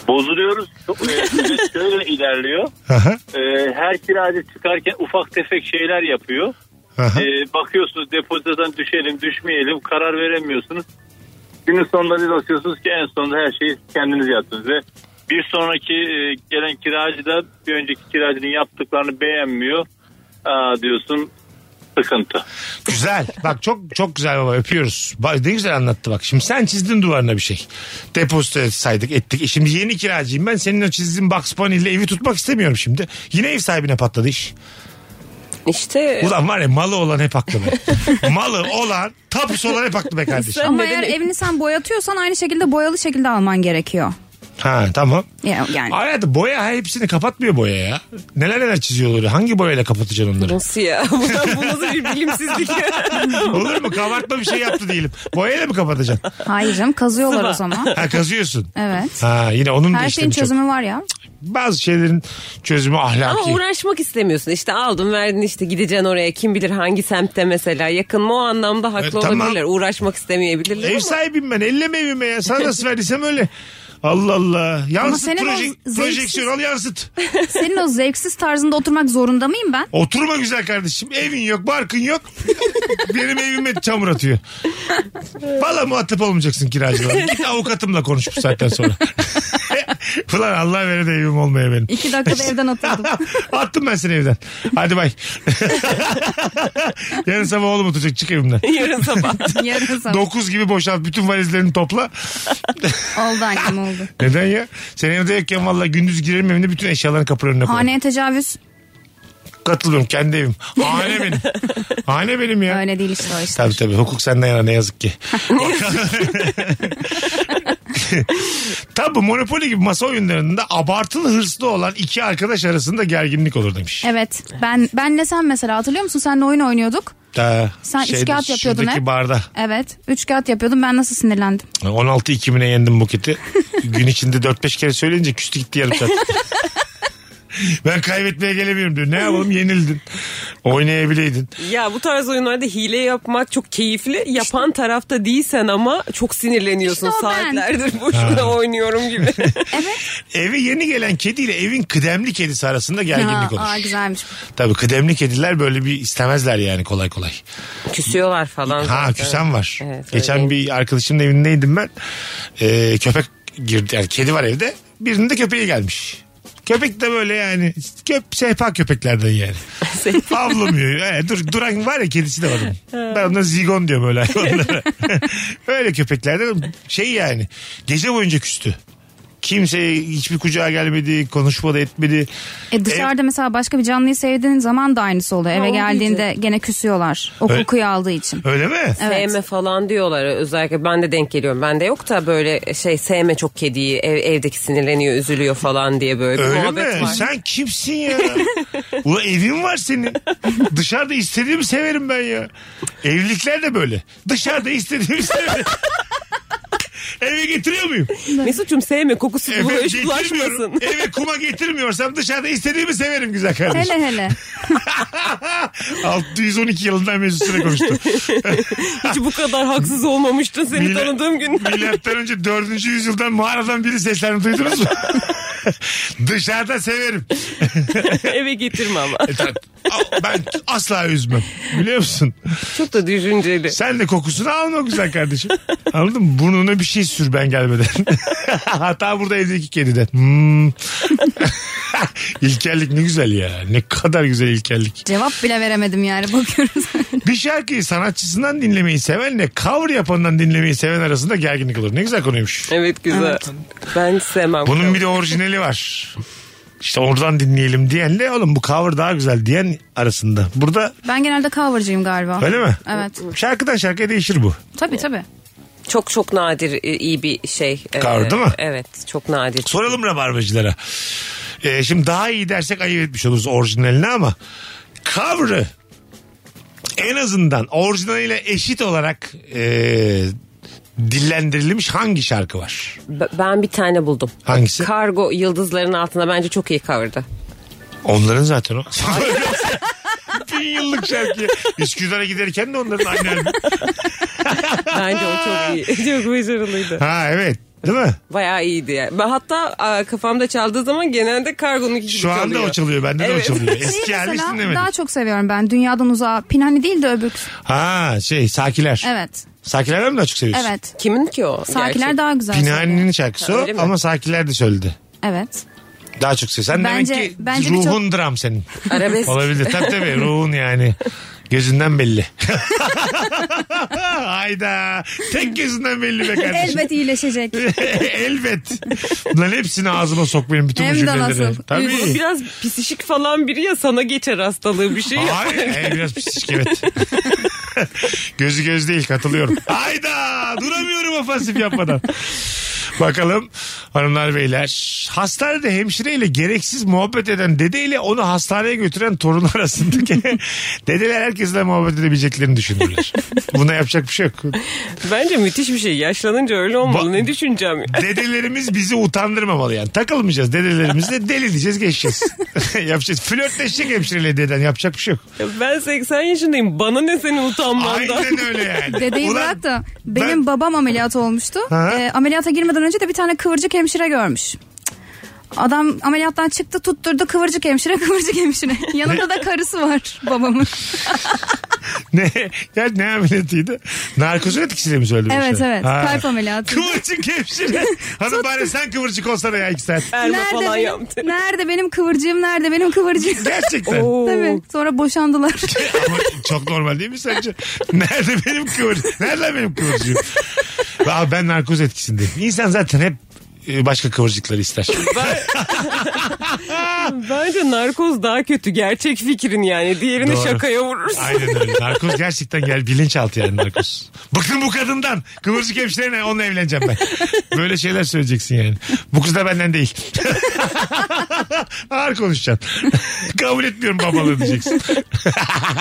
Speaker 6: Bozuluyoruz. E, süreç şöyle ilerliyor.
Speaker 1: Aha,
Speaker 6: E, her kiracı çıkarken ufak tefek şeyler yapıyor.
Speaker 1: aha.
Speaker 6: E, bakıyorsunuz depozitadan düşelim düşmeyelim karar veremiyorsunuz. Günün sonunda bir bakıyorsunuz ki en sonunda her şeyi kendiniz yaptınız ve bir sonraki e, gelen kiracı da bir önceki kiracının yaptıklarını beğenmiyor. Aa, diyorsun sıkıntı.
Speaker 1: güzel. Bak çok çok güzel baba öpüyoruz. Ba- Ne güzel anlattı bak. Şimdi sen çizdin duvarına bir şey. Depozito saydık ettik. E şimdi yeni kiracıyım ben. Senin o çizdiğin Bugs Bunny ile evi tutmak istemiyorum şimdi. Yine ev sahibine patladı iş.
Speaker 2: İşte
Speaker 1: Ulan var ya malı olan hep haklı be.
Speaker 3: (laughs)
Speaker 1: malı olan tapusu olan hep haklı be kardeşim.
Speaker 3: Ama
Speaker 2: neden-
Speaker 3: eğer evini sen boyatıyorsan aynı şekilde boyalı şekilde alman gerekiyor.
Speaker 1: Ha tamam.
Speaker 3: Ya- Yani.
Speaker 1: Hayatım boya hepsini kapatmıyor boya ya. Neler neler çiziyorlar. Hangi boyayla kapatacaksın onları?
Speaker 2: nasıl ya? Bu bu nasıl bir
Speaker 1: (laughs)
Speaker 2: bilimsizlik ya?
Speaker 1: Olur mu? Kabartma bir şey yaptı diyelim. Boyayla mı kapatacaksın?
Speaker 3: Hayır canım kazıyorlar
Speaker 1: (laughs)
Speaker 3: o zaman.
Speaker 1: Ha kazıyorsun.
Speaker 3: Evet.
Speaker 1: Ha yine onun da
Speaker 3: Her
Speaker 1: işlemi
Speaker 3: şeyin
Speaker 1: çok.
Speaker 3: çözümü var ya.
Speaker 1: Bazı şeylerin çözümü ahlaki.
Speaker 2: Ama uğraşmak istemiyorsun. İşte aldın verdin işte gideceksin oraya. Kim bilir hangi semtte mesela yakın mı o anlamda haklı
Speaker 1: E, tamam.
Speaker 2: olabilirler. Uğraşmak istemeyebilirler
Speaker 1: Ev
Speaker 2: ama.
Speaker 1: sahibim ben. Elleme evime ya. Sana nasıl verdiysem öyle. Allah Allah. Yansıt
Speaker 3: senin o
Speaker 1: proje,
Speaker 3: zevksiz-
Speaker 1: projeksiyon al yansıt.
Speaker 3: Senin o zevksiz tarzında oturmak zorunda mıyım ben?
Speaker 1: Oturma güzel kardeşim. Evin yok, barkın yok. Benim evime çamur atıyor. Valla muhatap olmayacaksın kiracılara. Git avukatımla konuş bu saatten sonra. (laughs) Ulan Allah vere de evim olmaya benim. (laughs)
Speaker 3: İki dakikada evden atıldım.
Speaker 1: Attım ben seni evden. Hadi bay. (laughs) Yarın sabah oğlum oturacak çık evimden.
Speaker 2: Yarın sabah.
Speaker 3: Yarın sabah.
Speaker 1: Dokuz gibi boşalt bütün valizlerini topla.
Speaker 3: oldu
Speaker 1: (laughs)
Speaker 3: annem oldu.
Speaker 1: Neden ya? Sen evde yokken valla gündüz girerim evine bütün eşyalarını kapının önüne koyarım.
Speaker 3: Haneye tecavüz
Speaker 1: Katılıyorum kendi evim. Hane benim. Hane benim ya.
Speaker 3: öyle değil işte o işte.
Speaker 1: Tabii tabii hukuk senden yana ne yazık
Speaker 3: (laughs)
Speaker 1: ki. (laughs) Tabii bu monopoli gibi masa oyunlarında abartılı hırslı olan iki arkadaş arasında gerginlik olur demiş.
Speaker 3: Evet. Ben benle sen mesela hatırlıyor musun? Senle oyun oynuyorduk.
Speaker 1: Ta,
Speaker 3: Sen üç kağıt yapıyordun
Speaker 1: şuradaki
Speaker 3: hep.
Speaker 1: barda.
Speaker 3: Evet. Üç kağıt yapıyordum. Ben nasıl sinirlendim?
Speaker 1: 16
Speaker 3: (laughs)
Speaker 1: 20'ne yendim buketi. Gün içinde 4-5 kere söyleyince küstü gitti yarım saat. Ben kaybetmeye gelemiyorum diyor. Ne yapalım yenildin. Oynayabileydin.
Speaker 2: Ya bu tarz oyunlarda hile yapmak çok keyifli. Yapan tarafta değilsen ama çok sinirleniyorsun
Speaker 3: İşte o ben.
Speaker 2: saatlerdir (laughs) boşuna oynuyorum gibi.
Speaker 1: Eve yeni gelen kediyle evin kıdemli kedisi arasında gerginlik olur.
Speaker 3: Aa, aa, güzelmiş.
Speaker 1: Tabii kıdemli kediler böyle bir istemezler yani kolay kolay.
Speaker 2: (laughs) Küsüyorlar
Speaker 1: Ha
Speaker 2: falan. zaten.
Speaker 1: küsen var.
Speaker 2: Evet,
Speaker 1: Geçen
Speaker 2: öyle.
Speaker 1: bir arkadaşımın evindeydim ben. Ee, köpek girdi. Yani kedi var evde. Birinin de köpeği gelmiş. Köpek de böyle yani köp sehpa köpeklerden
Speaker 2: (laughs)
Speaker 1: yani. Avlamıyor. He, dur, duran var ya kedisi de var. onun. ben ona zigon diyorum öyle (laughs) hayvanlara. öyle köpeklerden şey yani gece boyunca küstü. Kimseye hiçbir kucağa gelmedi, konuşmadı, etmedi.
Speaker 3: E dışarıda mesela başka bir canlıyı sevdiğin zaman da aynısı oluyor. Eve
Speaker 2: o
Speaker 3: geldiğinde gene küsüyorlar. O
Speaker 1: Öyle-
Speaker 3: kokuyu aldığı için.
Speaker 1: Öyle mi?
Speaker 3: Evet.
Speaker 2: Sevme E falan diyorlar özellikle ben de denk geliyorum. Bende yok da böyle şey sevme çok kediyi ev, evdeki sinirleniyor üzülüyor falan diye böyle bir
Speaker 1: E, Öyle
Speaker 2: muhabbet
Speaker 1: mi?
Speaker 2: var.
Speaker 1: Sen kimsin ya? (laughs) Ulan evin var senin. Dışarıda istediğimi severim ben ya. Evlilikler de böyle. Dışarıda istediğimi
Speaker 2: (laughs)
Speaker 1: severim. Eve getiriyor muyum?
Speaker 2: Mesut'cum sevme kokusu
Speaker 1: Eve
Speaker 2: bulaş,
Speaker 1: getirmiyorum.
Speaker 2: bulaşmasın.
Speaker 1: Eve kuma getirmiyorsam dışarıda istediğimi severim güzel kardeşim. (laughs)
Speaker 3: Hele hele.
Speaker 1: 612 yılından Mesut Süre konuştu.
Speaker 2: Hiç bu kadar haksız olmamıştın seni
Speaker 1: Mila-
Speaker 2: tanıdığım günden.
Speaker 1: (laughs) Milattan önce 4. yüzyıldan mağaradan biri seslerini duydunuz mu? (laughs) Dışarıda severim.
Speaker 2: (laughs)
Speaker 1: E,
Speaker 2: Eve getirme ama.
Speaker 1: Ben asla üzmem. Biliyor musun?
Speaker 2: Çok da düşünceli.
Speaker 1: Sen de kokusunu alma güzel kardeşim. Anladın mı? Burnuna bir şey sür ben gelmeden. (laughs) Hatta burada evdeki kediden. Hmm. (laughs) ilkellik ne güzel ya. Ne kadar güzel ilkellik.
Speaker 3: Cevap bile veremedim yani (laughs) bakıyoruz.
Speaker 1: Bir şarkıyı sanatçısından dinlemeyi sevenle cover yapandan dinlemeyi seven arasında gerginlik olur. Ne güzel konuymuş.
Speaker 2: Evet güzel. Ben sevmem.
Speaker 1: Bunun bir de orijinali var. İşte oradan dinleyelim diyenle oğlum bu cover daha güzel diyen arasında. Burada
Speaker 3: ben genelde covercıyım galiba.
Speaker 1: öyle mi?
Speaker 3: Evet.
Speaker 1: Şarkıdan şarkıya değişir bu.
Speaker 3: Tabii tabii.
Speaker 2: Çok çok nadir e, iyi bir şey. Ee,
Speaker 1: Cover değil mi?
Speaker 2: Evet çok nadir.
Speaker 1: Soralım rabarbacılara. Ee, şimdi daha iyi dersek ayıp etmiş oluruz orijinalini ama cover'ı en azından orijinaliyle eşit olarak ee, dillendirilmiş hangi şarkı var?
Speaker 2: B- Ben bir tane buldum.
Speaker 1: Hangisi?
Speaker 2: Kargo yıldızların altında bence çok iyi cover'dı.
Speaker 1: Onların zaten o. (laughs) Bin yıllık şarkı. Üsküdar'a giderken de onların aynı.
Speaker 2: (laughs) Bence o
Speaker 1: (laughs)
Speaker 2: çok iyi. çok başarılıydı.
Speaker 1: Ha evet. Değil mi?
Speaker 2: Bayağı iyiydi yani. Ben hatta a, kafamda çaldığı zaman genelde kargonun iki gibi
Speaker 1: Şu anda
Speaker 2: çalıyor.
Speaker 1: o çalıyor. Bende de o
Speaker 2: Evet.
Speaker 3: (laughs)
Speaker 1: çalıyor.
Speaker 3: Şeyi
Speaker 1: Eski halini
Speaker 3: Şey mesela
Speaker 1: dinlemedim.
Speaker 3: daha çok seviyorum ben. Dünyadan uzağa. Pinhani değil de öbür.
Speaker 1: Ha şey Sakiler.
Speaker 3: Evet.
Speaker 1: Sakilerden mi daha çok seviyorsun?
Speaker 3: Evet.
Speaker 2: Kimin ki o?
Speaker 3: Sakiler
Speaker 2: Gerçi.
Speaker 3: daha güzel.
Speaker 1: Binani'nin
Speaker 3: söylüyor.
Speaker 1: şarkısı
Speaker 2: Ha,
Speaker 1: o
Speaker 2: öyle mi?
Speaker 1: ama Sakiler de söyledi.
Speaker 3: Evet.
Speaker 1: Daha çok ses. Sen
Speaker 3: Bence-
Speaker 1: demek ki
Speaker 3: bence birçok-
Speaker 1: ruhun dram senin.
Speaker 2: Arabesk.
Speaker 1: Olabilir. Tabii tabii ruhun yani. Gözünden belli. (laughs) Hayda. Tek gözünden belli be kardeşim. (laughs)
Speaker 3: Elbet iyileşecek.
Speaker 1: Elbet. Bunların hepsini ağzıma sok benim bütün bu
Speaker 3: Hem de
Speaker 1: cümleleri.
Speaker 3: nasıl.
Speaker 2: Bu
Speaker 1: Tabii.
Speaker 2: biraz pisişik falan biri ya sana geçer hastalığı bir şey.
Speaker 1: Hayır, e, biraz pislik evet. (laughs) Gözü göz değil katılıyorum. Hayda duramıyorum ofansif yapmadan. Bakalım hanımlar beyler. Hastanede hemşireyle gereksiz muhabbet eden dedeyle onu hastaneye götüren torun arasındaki (laughs) dedeler herkesle muhabbet edebileceklerini düşünürler. Buna yapacak bir şey yok.
Speaker 2: Bence müthiş bir şey. Yaşlanınca öyle olmalı.
Speaker 1: Ba-
Speaker 2: ne düşüneceğim? ya?
Speaker 1: Dedelerimiz bizi utandırmamalı yani. Takılmayacağız dedelerimizle deli diyeceğiz (laughs) geçeceğiz. yapacağız. Flörtleşecek hemşireyle deden yapacak bir şey yok.
Speaker 2: Ben 80 yaşındayım. Bana ne senin utanmandan?
Speaker 1: Aynen öyle yani.
Speaker 3: Dedeyi
Speaker 1: Ulan
Speaker 3: bırak da benim babam ameliyat olmuştu.
Speaker 1: Ha.
Speaker 3: Ee, ameliyata girmeden önce de bir tane kıvırcık hemşire görmüş. Cık. Adam ameliyattan çıktı tutturdu kıvırcık hemşire (laughs) kıvırcık hemşire. Yanında da karısı var babamın.
Speaker 1: (laughs) Ne? Ya ne ameliyatıydı? Narkozun etkisiyle mi söyledim?
Speaker 3: Evet, evet. Kalp ameliyatı.
Speaker 1: Kıvırcık hemşire. Hanım bari sen kıvırcık olsana ya iki saat.
Speaker 2: Erme falan
Speaker 3: benim,
Speaker 2: yaptı.
Speaker 3: nerede benim kıvırcığım nerede
Speaker 1: (laughs)
Speaker 3: benim kıvırcığım.
Speaker 1: Gerçekten.
Speaker 2: Oo.
Speaker 3: Tabii sonra (laughs) boşandılar.
Speaker 1: Ama çok normal değil mi sence? Nerede benim kıvırcık? Nerede benim kıvırcığım? Abi ben narkoz etkisindeyim. İnsan zaten hep e, başka kıvırcıkları ister.
Speaker 2: Bence narkoz daha kötü. Gerçek fikrin yani. Diğerini
Speaker 1: Doğru.
Speaker 2: şakaya vurursun.
Speaker 1: Aynen
Speaker 2: (laughs)
Speaker 1: öyle. Narkoz gerçekten gel bilinçaltı yani narkoz. Bıktım bu kadından. Kıvırcık hemşireyle onunla evleneceğim ben. Böyle şeyler söyleyeceksin yani. Bu kız da benden değil. (laughs) Ağır konuşacaksın. Kabul etmiyorum babalığı diyeceksin.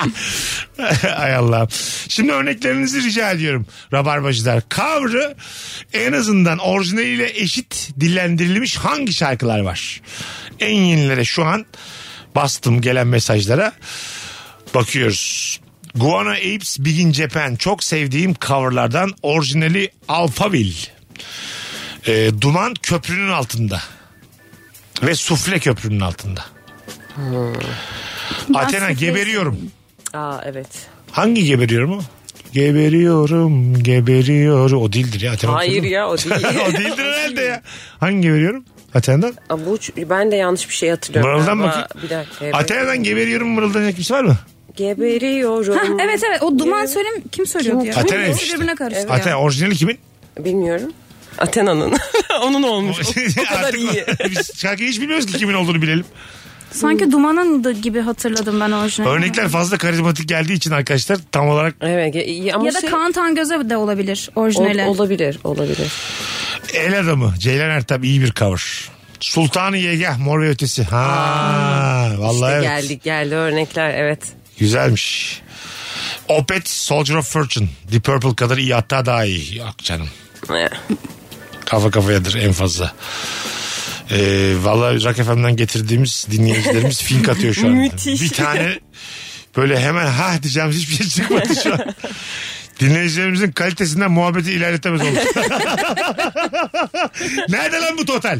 Speaker 1: (laughs) Ay Allah'ım. Şimdi örneklerinizi rica ediyorum. Rabarbacılar. Cover'ı en azından orijinaliyle eşit dillendirilmiş hangi şarkılar var? En yenilere şu an bastım gelen mesajlara. Bakıyoruz. Guana Apes Big in Japan çok sevdiğim coverlardan orijinali Alphaville. Ee, duman köprünün altında ve sufle köprünün altında.
Speaker 2: Hmm.
Speaker 1: Athena
Speaker 3: suflesi-
Speaker 1: geberiyorum.
Speaker 2: Aa evet.
Speaker 1: Hangi geberiyorum o? Geberiyorum, geberiyorum. O değildir ya. Athena
Speaker 2: Hayır
Speaker 1: okuyordum. (laughs)
Speaker 2: ya o değil.
Speaker 1: o değildir herhalde ya. Hangi geberiyorum? Athena'dan.
Speaker 2: Aa, bu ç- ben de yanlış bir şey hatırlıyorum.
Speaker 1: Mırıldan
Speaker 2: galiba.
Speaker 1: bakayım.
Speaker 2: Bir dakika. evet.
Speaker 1: Athena'dan geberiyorum mırıldanacak kimse var mı?
Speaker 2: Geberiyorum.
Speaker 3: Hah, evet evet o duman söylem kim söylüyordu ya?
Speaker 1: Athena
Speaker 3: Hepsi
Speaker 1: işte.
Speaker 3: birbirine karıştı ya.
Speaker 1: Athena orijinali kimin?
Speaker 2: Bilmiyorum. Athena'nın. (laughs) Onun olmuş. O, o
Speaker 1: (laughs)
Speaker 2: kadar
Speaker 1: Artık- (laughs)
Speaker 2: iyi.
Speaker 1: Biz şarkıyı hiç bilmiyoruz ki kimin olduğunu bilelim.
Speaker 3: Sanki dumanın da gibi hatırladım ben orijinalini.
Speaker 1: Örnekler fazla karizmatik geldiği için arkadaşlar tam olarak
Speaker 2: Evet ya- iyi ama
Speaker 3: Ya da
Speaker 2: şey-
Speaker 3: Kaan Tangöz'e de olabilir orijinali.
Speaker 2: Ol- olabilir, olabilir.
Speaker 1: el adamı Ceylan Ertem iyi bir cover. Sultanı Yegah Mor ve Ötesi. Ha, vallahi
Speaker 2: İşte
Speaker 1: evet.
Speaker 2: geldi, geldi örnekler evet.
Speaker 1: Güzelmiş. Opet Soldier of Fortune. The Purple kadar iyi hatta daha iyi. Yok canım. Kafa kafayadır en fazla. Ee, vallahi Rock FM'den getirdiğimiz dinleyicilerimiz fink atıyor şu an.
Speaker 2: Müthiş.
Speaker 1: Bir tane böyle hemen ha diyeceğimiz hiçbir şey çıkmadı şu an. Dinleyicilerimizin kalitesinden muhabbeti ilerletemez olduk. Nerede lan bu total?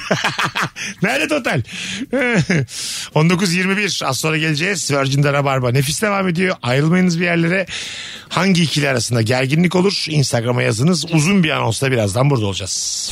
Speaker 1: (laughs) Nerede total? (laughs) 19.21 az sonra geleceğiz. Virgin'de Rabarba nefis devam ediyor. Ayrılmayınız bir yerlere. Hangi ikili arasında gerginlik olur? Instagram'a yazınız. Uzun bir anonsla birazdan burada olacağız.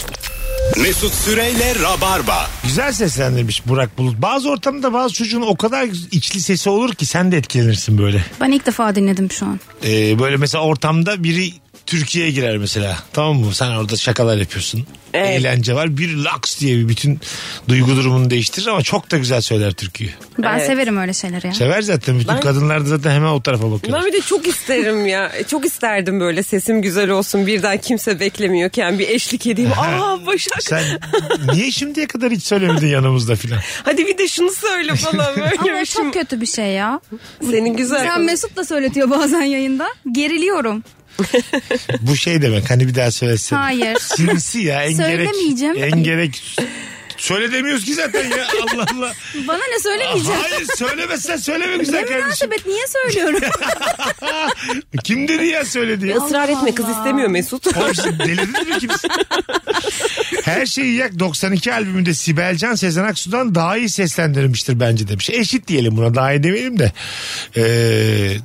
Speaker 10: Mesut Süreyle Rabarba.
Speaker 1: Güzel seslendirmiş Burak Bulut. Bazı ortamda bazı çocuğun o kadar içli sesi olur ki sen de etkilenirsin böyle.
Speaker 3: Ben ilk defa dinledim şu an.
Speaker 1: Ee, böyle mesela ortamda biri Türkiye'ye girer mesela. Tamam mı? Sen orada şakalar yapıyorsun.
Speaker 2: Evet.
Speaker 1: Eğlence var. Bir laks diye bir bütün duygu durumunu değiştirir ama çok da güzel söyler türküyü.
Speaker 3: Ben
Speaker 2: Evet.
Speaker 3: severim öyle şeyleri ya.
Speaker 1: Sever zaten. Bütün
Speaker 2: Ben-
Speaker 1: kadınlar da zaten hemen o tarafa bakıyor.
Speaker 2: (laughs) Ben bir de çok isterim ya. E, Çok isterdim böyle sesim güzel olsun. Birden kimse beklemiyorken bir
Speaker 1: (laughs)
Speaker 2: eşlik edeyim. Aa Başak.
Speaker 1: Sen niye şimdiye kadar hiç söylemedin yanımızda filan?
Speaker 2: Hadi bir de şunu
Speaker 1: (laughs)
Speaker 2: söyle falan böyle
Speaker 3: Ama
Speaker 2: bir şey.
Speaker 3: o çok kötü bir şey ya.
Speaker 2: Senin güzel.
Speaker 3: Sen Mesut da söyletiyor bazen yayında. Geriliyorum.
Speaker 1: Bu şey demek hani bir daha söylesene. (laughs)
Speaker 3: Hayır.
Speaker 1: Sinsi ya en gerek.
Speaker 3: Söylemeyeceğim.
Speaker 1: En gerek. Söyle demiyoruz ki zaten ya Allah Allah.
Speaker 3: Bana ne söylemeyeceğim.
Speaker 1: Hayır söylemezsen söyleme güzel
Speaker 3: Ne
Speaker 1: kardeşim.
Speaker 3: münasebet niye söylüyorum?
Speaker 1: (laughs) Kim dedi ya söyledi
Speaker 3: (laughs)
Speaker 1: ya?
Speaker 2: Israr E, etme kız
Speaker 1: (laughs)
Speaker 2: istemiyor Mesut.
Speaker 1: Oğlum siz delirdiniz mi kimse? Her şeyi yak 92 albümünde Sibel Can Sezen Aksu'dan daha iyi seslendirmiştir bence demiş. Eşit diyelim buna daha iyi demeyelim de. Ee,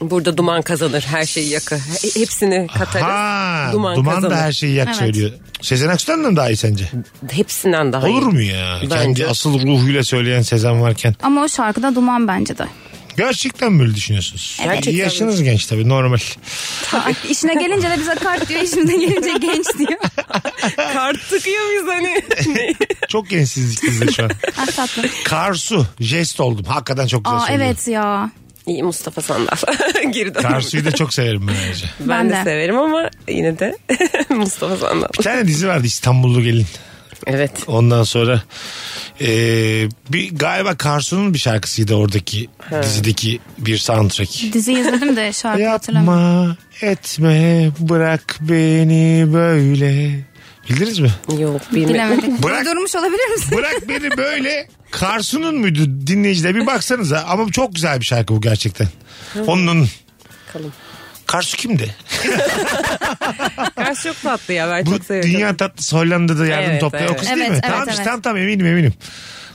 Speaker 2: Burada duman kazanır her şeyi yakı. He- Hepsini katarız.
Speaker 1: ha, duman,
Speaker 2: duman, kazanır.
Speaker 1: da her şeyi yak
Speaker 3: Evet.
Speaker 1: söylüyor. Sezen Aksu'dan da mı daha iyi sence?
Speaker 2: Hepsinden daha
Speaker 1: Olur
Speaker 2: iyi.
Speaker 1: mu ya?
Speaker 2: Bence.
Speaker 1: Kendi asıl ruhuyla söyleyen Sezen varken.
Speaker 3: Ama o şarkıda duman bence de.
Speaker 1: Gerçekten böyle düşünüyorsunuz.
Speaker 2: Gerçekten
Speaker 1: Yaşınız genç tabii normal.
Speaker 3: Ay, İşine gelince de bize kart diyor, işimize gelince genç
Speaker 1: (laughs)
Speaker 3: diyor.
Speaker 2: Kart tıkıyor biz hani.
Speaker 1: Çok gençsiniz ikiniz de şu an.
Speaker 3: Ah tatlım.
Speaker 1: Karsu jest oldum. Hakikaten çok güzel
Speaker 3: Aa
Speaker 1: söylüyor.
Speaker 3: evet ya.
Speaker 2: İyi Mustafa Sandal. (laughs) Geri dön.
Speaker 1: Karsu'yu da çok severim ben
Speaker 3: (laughs)
Speaker 1: ayrıca.
Speaker 2: Ben,
Speaker 3: Ben
Speaker 2: de.
Speaker 3: de.
Speaker 2: severim ama yine de (laughs) Mustafa Sandal.
Speaker 1: Bir tane dizi vardı İstanbullu Gelin.
Speaker 2: Evet.
Speaker 1: Ondan sonra eee, bir galiba Karsu'nun bir şarkısıydı oradaki dizideki bir soundtrack.
Speaker 3: Dizi izledim de şarkı hatırlamıyorum.
Speaker 1: Yapma etme bırak beni böyle. Bildiniz mi?
Speaker 2: Yok bilmiyorum.
Speaker 1: (laughs)
Speaker 3: Bilemedik.
Speaker 1: Bırak-
Speaker 3: Durmuş olabilir misin?
Speaker 1: Bırak beni böyle. Karsu'nun muydu dinleyicide bir baksanıza. Ama çok güzel bir şarkı bu gerçekten. Onun.
Speaker 2: Bakalım.
Speaker 1: Karsu kimdi?
Speaker 2: Kars çok tatlı ya ben
Speaker 1: Bu
Speaker 2: çok seviyorum.
Speaker 1: dünya tatlısı Hollanda'da yardım
Speaker 2: Evet,
Speaker 1: toplayan o
Speaker 2: evet.
Speaker 1: kız
Speaker 3: Evet,
Speaker 1: değil mi?
Speaker 3: evet,
Speaker 1: tamam,
Speaker 3: evet.
Speaker 1: tamam tamam eminim eminim.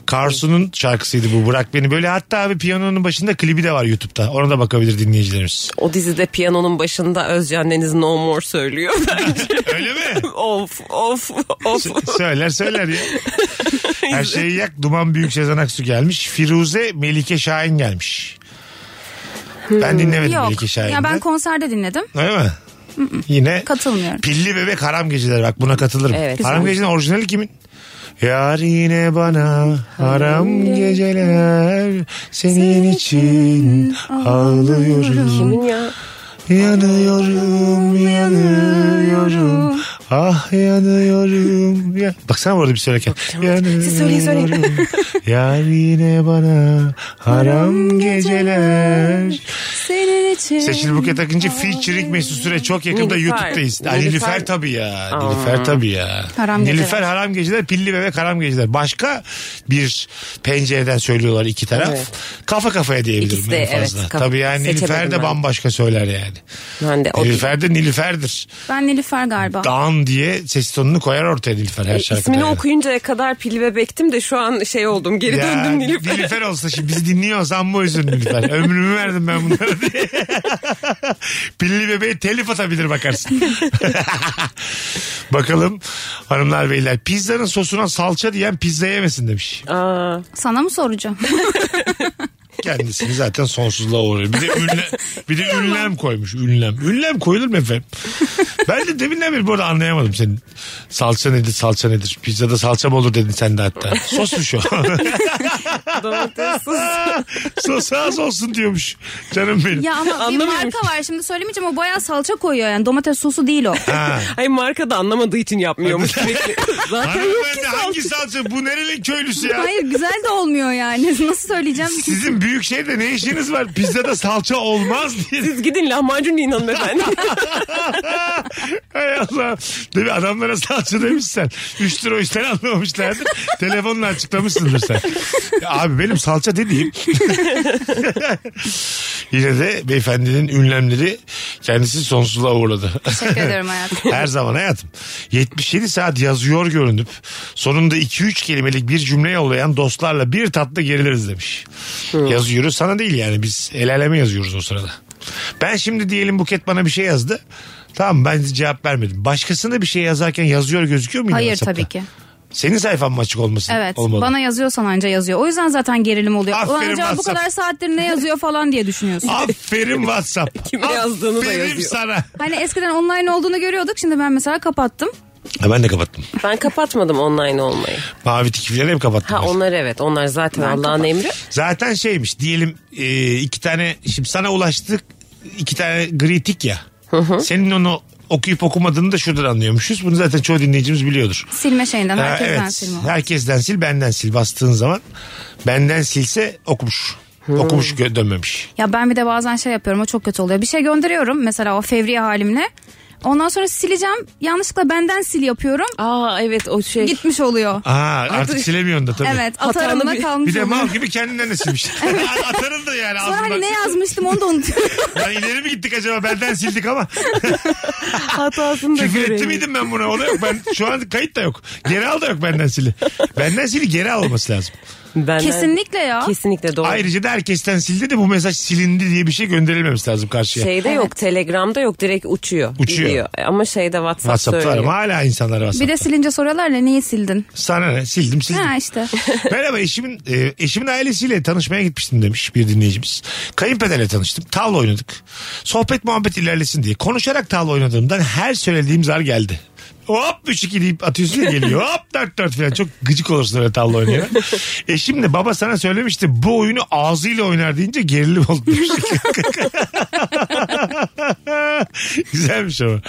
Speaker 1: Karsu'nun şarkısıydı bu Bırak Beni. Böyle hatta abi piyanonun başında klibi de var YouTube'da. Ona da bakabilir dinleyicilerimiz.
Speaker 2: O dizide piyanonun başında Özcan Deniz No More
Speaker 1: (laughs)
Speaker 2: söylüyor.
Speaker 1: Öyle
Speaker 3: (laughs)
Speaker 1: mi?
Speaker 2: of of of.
Speaker 1: söyler söyler ya. Her şeyi yak. Duman Büyük Sezen Aksu gelmiş. Firuze Melike Şahin gelmiş. Ben dinlemedim
Speaker 3: Hmm. Yok.
Speaker 1: Melike Şahin'i.
Speaker 3: Ya ben konserde dinledim.
Speaker 1: Öyle mi? Yine
Speaker 3: Katılmıyorum.
Speaker 1: Pilli Bebek Haram Geceler bak buna katılırım.
Speaker 2: Evet.
Speaker 1: haram
Speaker 2: Güzel.
Speaker 1: Geceler orijinali kimin? Yar yine bana haram geceler senin için ağlıyorum
Speaker 2: Kimin ya?
Speaker 1: yanıyorum yanıyorum ah yanıyorum ya. Baksana bu arada bir söylerken yanıyorum
Speaker 2: Siz söyleyin, söyleyin.
Speaker 1: yar yine bana haram geceler
Speaker 2: Senin için.
Speaker 1: Seçil Buket Akıncı featuring Mesut Süre çok yakında
Speaker 2: Hmm. Nilüfer.
Speaker 1: YouTube'dayız. Ha, Nilüfer,
Speaker 2: Nilüfer
Speaker 1: tabii ya. Nilüfer tabii ya.
Speaker 3: Haram Geceler.
Speaker 1: Nilüfer Haram Geceler, Pilli Bebek Haram Geceler. Başka bir pencereden söylüyorlar iki taraf.
Speaker 2: Evet.
Speaker 1: Kafa kafaya diyebilirim
Speaker 2: İkisi de,
Speaker 1: en
Speaker 2: evet,
Speaker 1: fazla.
Speaker 2: kafa-
Speaker 1: tabii yani Nilüfer
Speaker 2: seçemedim
Speaker 1: de
Speaker 2: ben.
Speaker 1: bambaşka söyler yani.
Speaker 2: Ben de o Ah.
Speaker 1: Nilüfer de Nilüfer'dir.
Speaker 3: Ben Nilüfer galiba.
Speaker 1: Dağın diye ses tonunu koyar ortaya Nilüfer her şarkıda.
Speaker 2: İsmini
Speaker 1: yani.
Speaker 2: E, okuyuncaya kadar pil bebektim de şu an şey oldum geri
Speaker 1: Ya,
Speaker 2: döndüm Nilüfer'e. (laughs)
Speaker 1: Nilüfer olsa şimdi bizi dinliyorsan bu yüzden Nilüfer. Ömrümü verdim ben bunlara
Speaker 2: (laughs)
Speaker 1: diye. Pilli bebeğe telif atabilir bakarsın. Bakalım hanımlar beyler. Pizzanın sosuna salça diyen pizza yemesin demiş.
Speaker 2: Aa,
Speaker 3: Sana
Speaker 1: (laughs)
Speaker 3: mı soracağım?
Speaker 1: Kendisini zaten sonsuzluğa uğruyor. Bir de, ünle, bir de ünlem koymuş. Ünlem. Ünlem koyulur mu efendim? Ben de deminden beri bu arada anlayamadım senin. Salça nedir salça nedir? Pizzada salça mı olur dedin sen de hatta. Sosmuş o.
Speaker 2: domatessiz.
Speaker 1: (laughs) Sos az olsun diyormuş. Canım benim.
Speaker 3: ya ama bir
Speaker 2: Anlamıyorum.
Speaker 3: marka var şimdi söylemeyeceğim o bayağı salça koyuyor yani domates sosu değil o.
Speaker 1: Ha.
Speaker 2: Hayır marka da anlamadığı için
Speaker 1: (laughs)
Speaker 2: yapmıyormuş. sürekli. Zaten yok ki
Speaker 1: Hanımefendi hangi
Speaker 2: salça.
Speaker 1: salça? Bu nerenin köylüsü ya?
Speaker 3: Hayır güzel de olmuyor yani. Nasıl söyleyeceğim?
Speaker 1: Sizin büyük şehirde ne işiniz var? Pizzada salça olmaz diye.
Speaker 2: Siz gidin lahmacun yiyin hanımefendi.
Speaker 1: (laughs) Hay Allah. Değil mi? Adamlara salça demişsen. 3 lira o işten anlamamışlardır. Telefonla açıklamışsındır sen. Ya abi benim salça dediğim. Yine de beyefendinin ünlemleri kendisi sonsuzluğa uğurladı. (laughs)
Speaker 3: Teşekkür ederim hayatım.
Speaker 1: Her zaman hayatım. 77 saat yazıyor görünüp sonunda 2-3 kelimelik bir cümle yollayan dostlarla bir tatlı geriliriz demiş. Yazıyoruz sana değil yani biz el aleme yazıyoruz o sırada. Ben şimdi diyelim Buket bana bir şey yazdı. Tamam ben cevap vermedim. Başkasına bir şey yazarken yazıyor gözüküyor mu? yine
Speaker 3: Hayır
Speaker 1: WhatsApp'ta?
Speaker 3: tabii ki.
Speaker 1: Senin sayfan mı açık olmasın?
Speaker 3: Evet.
Speaker 1: Olmalı.
Speaker 3: Bana yazıyorsan anca yazıyor. O yüzden zaten gerilim oluyor.
Speaker 1: Aferin
Speaker 3: Ulan acaba bu
Speaker 1: WhatsApp.
Speaker 3: kadar saattir ne yazıyor falan
Speaker 1: (laughs)
Speaker 3: diye düşünüyorsun.
Speaker 1: Aferin WhatsApp.
Speaker 2: (laughs) Kime yazdığını da
Speaker 1: Aferin
Speaker 2: yazıyor.
Speaker 1: sana.
Speaker 3: Hani eskiden online olduğunu görüyorduk. Şimdi ben mesela kapattım.
Speaker 1: Ha, ben de kapattım.
Speaker 2: (laughs) ben kapatmadım online olmayı.
Speaker 1: Mavi tikifleri hep kapattım.
Speaker 2: Ha
Speaker 1: ben.
Speaker 2: onlar evet onlar zaten Allah'ın emri.
Speaker 1: Zaten şeymiş diyelim e, iki tane şimdi sana ulaştık iki tane gri tik ya. Senin onu okuyup okumadığını da şuradan anlıyormuşuz. Bunu zaten çoğu dinleyicimiz biliyordur.
Speaker 3: Silme şeyinden.
Speaker 1: Ha,
Speaker 3: Herkesten
Speaker 1: evet.
Speaker 3: silme.
Speaker 1: Herkesten sil benden sil bastığın zaman benden silse okumuş. Okumuş gö- dönmemiş.
Speaker 3: Ya ben bir de bazen şey yapıyorum o çok kötü oluyor. Bir şey gönderiyorum mesela o fevri halimle. Ondan sonra sileceğim. Yanlışlıkla benden sil yapıyorum.
Speaker 2: Aa evet o şey.
Speaker 3: Gitmiş oluyor.
Speaker 1: Aa,
Speaker 3: (laughs)
Speaker 1: artık silemiyorsun da tabii.
Speaker 3: Evet
Speaker 2: Hatanı
Speaker 3: atarımla
Speaker 2: bir-
Speaker 3: kalmış
Speaker 1: Bir de
Speaker 3: oluyor.
Speaker 1: mal gibi kendinden de
Speaker 3: (laughs)
Speaker 1: silmiş. Atarım da yani.
Speaker 3: Sonra
Speaker 1: ağzından.
Speaker 3: hani ne yazmıştım onu da unutuyorum.
Speaker 2: (laughs)
Speaker 1: Lan ileri mi gittik acaba? Benden sildik
Speaker 3: (laughs)
Speaker 1: ama.
Speaker 2: Hatasını da
Speaker 1: Küfür etti
Speaker 2: göremiyor.
Speaker 1: miydim ben buna? O da yok. Ben, şu an kayıt da yok. Geri al da yok benden sili. Benden sili geri al olması lazım.
Speaker 2: Benden-
Speaker 3: Kesinlikle ya.
Speaker 2: Kesinlikle doğru.
Speaker 1: Ayrıca da herkesten sildi de bu mesaj silindi diye bir şey gönderilmemesi lazım karşıya.
Speaker 2: Şeyde
Speaker 3: Evet.
Speaker 2: yok Telegram'da yok direkt uçuyor.
Speaker 1: Uçuyor.
Speaker 2: gidiyor. E, Ama şeyde WhatsApp,
Speaker 1: WhatsApp'ta var
Speaker 2: söylüyor.
Speaker 1: ama hala insanlar WhatsApp'ta.
Speaker 3: Bir de silince soruyorlar ya niye sildin?
Speaker 1: Sana ne? Sildim sildim. (laughs)
Speaker 3: Ha işte.
Speaker 1: Ben ama eşimin, e, eşimin ailesiyle tanışmaya gitmiştim demiş bir dinleyicimiz. Kayınpederle tanıştım. Tavla oynadık. Sohbet muhabbet ilerlesin diye. Konuşarak tavla oynadığımdan her söylediğim zar geldi. Hop 3-2 deyip atıyorsun ya geliyor. Hop (laughs) 4-4 falan. Çok gıcık olursun öyle tavla oynayarak. Eşim de baba sana söylemişti bu oyunu ağzıyla oynar deyince gerilim oldu. demiş. (laughs) Güzelmiş ama.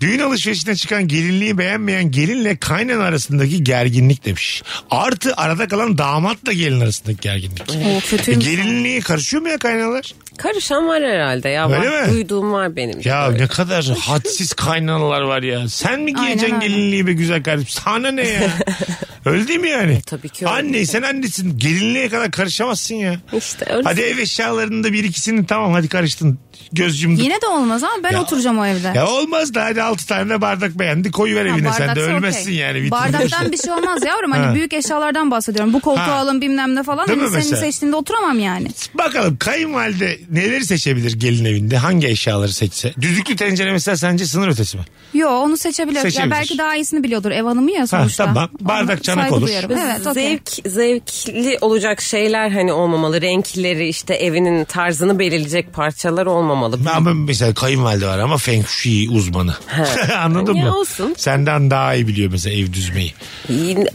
Speaker 1: Düğün alışverişine çıkan gelinliği beğenmeyen gelinle kaynan arasındaki gerginlik demiş. Artı arada kalan damatla gelin arasındaki gerginlik.
Speaker 3: O
Speaker 1: E,
Speaker 3: kötüymüş.
Speaker 1: gelinliğe karışıyor mu ya kaynalar?
Speaker 2: Karışan var herhalde ya.
Speaker 1: Öyle
Speaker 2: Var-
Speaker 1: mi?
Speaker 2: Duyduğum var benim.
Speaker 1: Ya
Speaker 2: Böyle.
Speaker 1: ne kadar hadsiz kaynanalar var ya. Sen mi giyeceksin
Speaker 3: Aynen öyle.
Speaker 1: gelinliği be güzel kardeşim? Sana ne
Speaker 2: (laughs)
Speaker 1: ya? öyle değil mi yani?
Speaker 2: E, tabii ki öyle.
Speaker 1: Anneysen annesin. Gelinliğe kadar karışamazsın ya.
Speaker 2: İşte öyle.
Speaker 1: Hadi ev eşyalarında bir ikisini tamam hadi karıştın. Göz yumdun.
Speaker 3: Yine de olmaz ama ben
Speaker 1: Ya.
Speaker 3: oturacağım o evde.
Speaker 1: Ya olmaz da hadi 6 tane de bardak beğendi koyuver
Speaker 3: Ha,
Speaker 1: evine sen de
Speaker 3: bardaksa
Speaker 1: ölmezsin
Speaker 3: okey.
Speaker 1: yani. Bitti.
Speaker 3: Bardaktan bir şey olmaz yavrum.
Speaker 1: Ha.
Speaker 3: Hani büyük eşyalardan bahsediyorum. Bu koltuğu
Speaker 1: Ha.
Speaker 3: alın bilmem ne falan.
Speaker 1: Değil
Speaker 3: Hani
Speaker 1: mi
Speaker 3: senin
Speaker 1: mesela?
Speaker 3: seçtiğinde oturamam yani.
Speaker 1: (laughs) Bakalım kayınvalide neleri seçebilir gelin evinde hangi eşyaları seçse. Düdüklü tencere mesela sence sınır ötesi mi?
Speaker 3: Yo onu seçebilir.
Speaker 1: Seçebilir.
Speaker 3: Ya belki daha iyisini biliyordur. Ev hanımı ya sonuçta.
Speaker 1: tamam.
Speaker 3: Ona
Speaker 1: Bardak çanak
Speaker 3: saygı
Speaker 1: olur.
Speaker 3: duyarım.
Speaker 2: Biz
Speaker 3: Evet okey.
Speaker 2: zevk zevkli olacak şeyler hani olmamalı. Renkleri işte evinin tarzını belirleyecek parçalar olmamalı.
Speaker 1: Ama mesela kayınvalide var ama Feng Shui uzmanı. (laughs) Anladın
Speaker 2: Ya
Speaker 1: mı?
Speaker 2: olsun.
Speaker 1: Senden daha iyi biliyor mesela ev düzmeyi.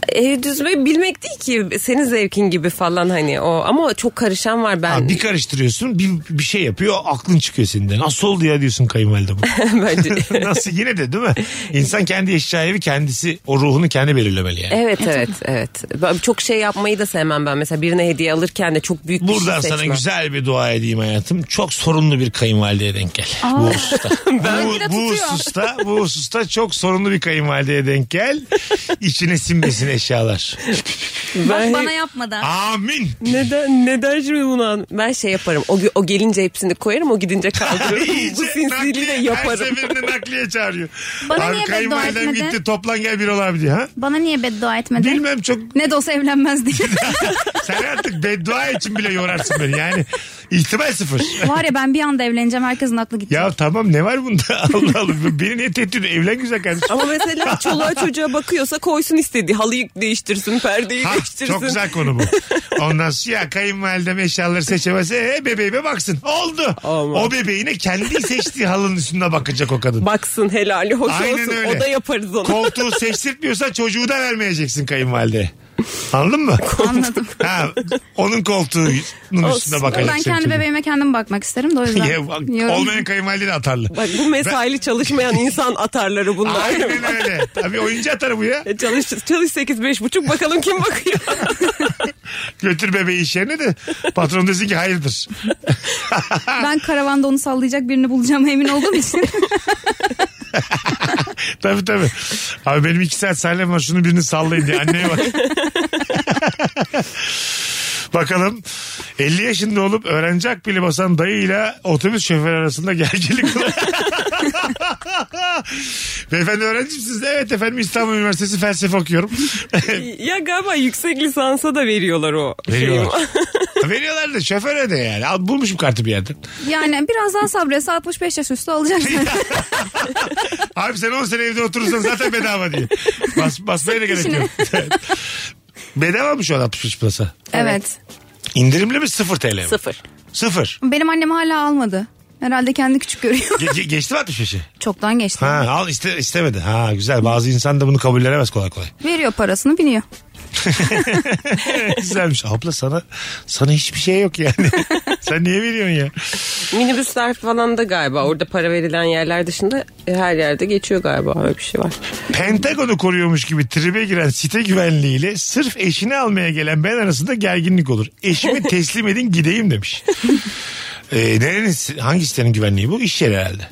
Speaker 2: Ev düzmeyi bilmek değil ki senin zevkin gibi falan hani o ama çok karışan var ben
Speaker 1: Ha, bir karıştırıyorsun bir, bir şey yapıyor aklın çıkıyor senin de. Nasıl oldu ya diyorsun kayınvalide
Speaker 3: (laughs)
Speaker 1: bu.
Speaker 2: (laughs) bence.
Speaker 1: Nasıl yine de değil mi? İnsan kendi eşya evi kendisi o ruhunu kendi belirlemeli yani.
Speaker 2: Evet, Evet evet evet. Ben Çok şey yapmayı da sevmem ben. Mesela birine hediye alırken de çok büyük bir şey
Speaker 1: Buradan sana
Speaker 2: seçmem.
Speaker 1: güzel bir dua edeyim hayatım. Çok sorunlu bir kayınvalideye denk gel.
Speaker 3: Aa.
Speaker 1: Bu hususta.
Speaker 3: bir de
Speaker 1: bu, bu
Speaker 3: tutuyor.
Speaker 1: hususta, bu hususta çok sorunlu bir kayınvalideye denk gel. İçine sinmesin eşyalar.
Speaker 3: Bak
Speaker 2: Ben-
Speaker 3: (laughs)
Speaker 1: e,
Speaker 3: bana yapmadan.
Speaker 1: Amin.
Speaker 2: Neden neden şimdi bunu an? Ben şey yaparım. O, gü- o gelince hepsini koyarım. O
Speaker 1: (laughs)
Speaker 2: gidince kaldırırım. Bu sinsiliği de
Speaker 1: Her şey
Speaker 2: yaparım.
Speaker 1: seferinde nakliye çağırıyor.
Speaker 3: Bana
Speaker 1: Abi
Speaker 3: niye beddua
Speaker 1: kayınvalidem
Speaker 3: etmedi?
Speaker 1: gitti toplan gel bir olay diye. Ha?
Speaker 3: Bana niye beddua etmedin?
Speaker 1: Bilmem çok
Speaker 3: Ne de olsa
Speaker 1: (laughs)
Speaker 3: evlenmez diye. (laughs)
Speaker 1: sen artık beddua için bile yorarsın beni yani. ihtimal
Speaker 3: (laughs)
Speaker 1: sıfır.
Speaker 3: Var ya ben bir anda evleneceğim herkesin aklı gitti.
Speaker 1: ya tamam ne var bunda (laughs) Allah Allah beni niye tehdit ediyorsun? evlen güzel kardeşim.
Speaker 2: Ama
Speaker 1: (laughs)
Speaker 2: mesela çoluğa çocuğa bakıyorsa koysun istediği. Halıyı değiştirsin, perdeyi
Speaker 1: Ha,
Speaker 2: değiştirsin.
Speaker 1: çok güzel konu bu. Ondan sonra ya kayınvalidem eşyaları seçemezse e, bebeğime baksın. Oldu.
Speaker 2: Aman.
Speaker 1: O bebeğine kendi seçtiği halının üstüne bakacak o kadın.
Speaker 2: Baksın helali hoş
Speaker 1: Aynen
Speaker 2: olsun.
Speaker 1: öyle.
Speaker 2: O da yaparız onu.
Speaker 1: Koltuğu seçtirtmiyorsa çocuğu da vermeyeceksin kayınvalide. Anladın mı?
Speaker 3: Anladım.
Speaker 1: Ha, onun koltuğunun üstüne
Speaker 2: Olsun.
Speaker 1: bakacak.
Speaker 3: ben
Speaker 1: senin
Speaker 3: kendi
Speaker 1: çocuğun.
Speaker 3: bebeğime kendim bakmak isterim de o yüzden.
Speaker 1: (laughs) Ya,
Speaker 3: yorum-
Speaker 1: olmayan kayınvalide de atarlı.
Speaker 2: Bak bu mesaili çalışmayan insan atarları bunlar.
Speaker 1: Aynen öyle. Tabii oyuncu atar bu ya.
Speaker 2: E, Çalış, çalış 8 beş buçuk bakalım kim bakıyor.
Speaker 1: Götür bebeği iş yerine de patron desin ki hayırdır.
Speaker 3: Ben karavanda onu sallayacak birini bulacağım emin olduğum için. (laughs)
Speaker 1: Tabii tabii. Abi benim iki saat sahnem var şunu birini sallayın diye anneye bak. (laughs) Bakalım 50 yaşında olup öğrenci akbili basan dayıyla otobüs şoförü arasında gerginlik var. (laughs) Beyefendi öğrenci misiniz? Evet efendim İstanbul Üniversitesi felsefe okuyorum.
Speaker 2: ya galiba yüksek lisansa da veriyorlar o. şeyi.
Speaker 1: Veriyorlar. Veriyorlar da şoföre de yani. Al, bulmuşum kartı bir yerden.
Speaker 3: Yani biraz daha sabretse 65 yaş üstü
Speaker 1: (laughs)
Speaker 3: olacaksın.
Speaker 1: Abi sen 10 sene evde oturursan zaten bedava diye. Bas, basmaya da gerek yok. (laughs) bedava mı şu an 63 plasa?
Speaker 3: (laughs) evet.
Speaker 1: İndirimli mi 0 TL mi?
Speaker 2: Sıfır.
Speaker 1: Sıfır.
Speaker 3: Benim annem hala almadı. Herhalde kendi küçük görüyor.
Speaker 1: Ge- ge- geçti mi 65'i?
Speaker 3: (laughs) Çoktan geçti.
Speaker 1: Ha, al iste, istemedi. Ha güzel. Bazı insan da bunu kabullenemez kolay kolay.
Speaker 3: Veriyor parasını biniyor.
Speaker 1: Güzelmiş. Abla sana sana hiçbir şey yok yani. Sen niye veriyorsun ya?
Speaker 2: Minibüsler falan da galiba orada para verilen yerler dışında e, her yerde geçiyor galiba öyle bir şey var.
Speaker 1: Pentagon'u koruyormuş gibi tribe giren site güvenliğiyle sırf eşini almaya gelen ben arasında gerginlik olur. Eşimi teslim edin gideyim demiş. ee, nerenin, hangi sitenin güvenliği bu? İş yeri herhalde.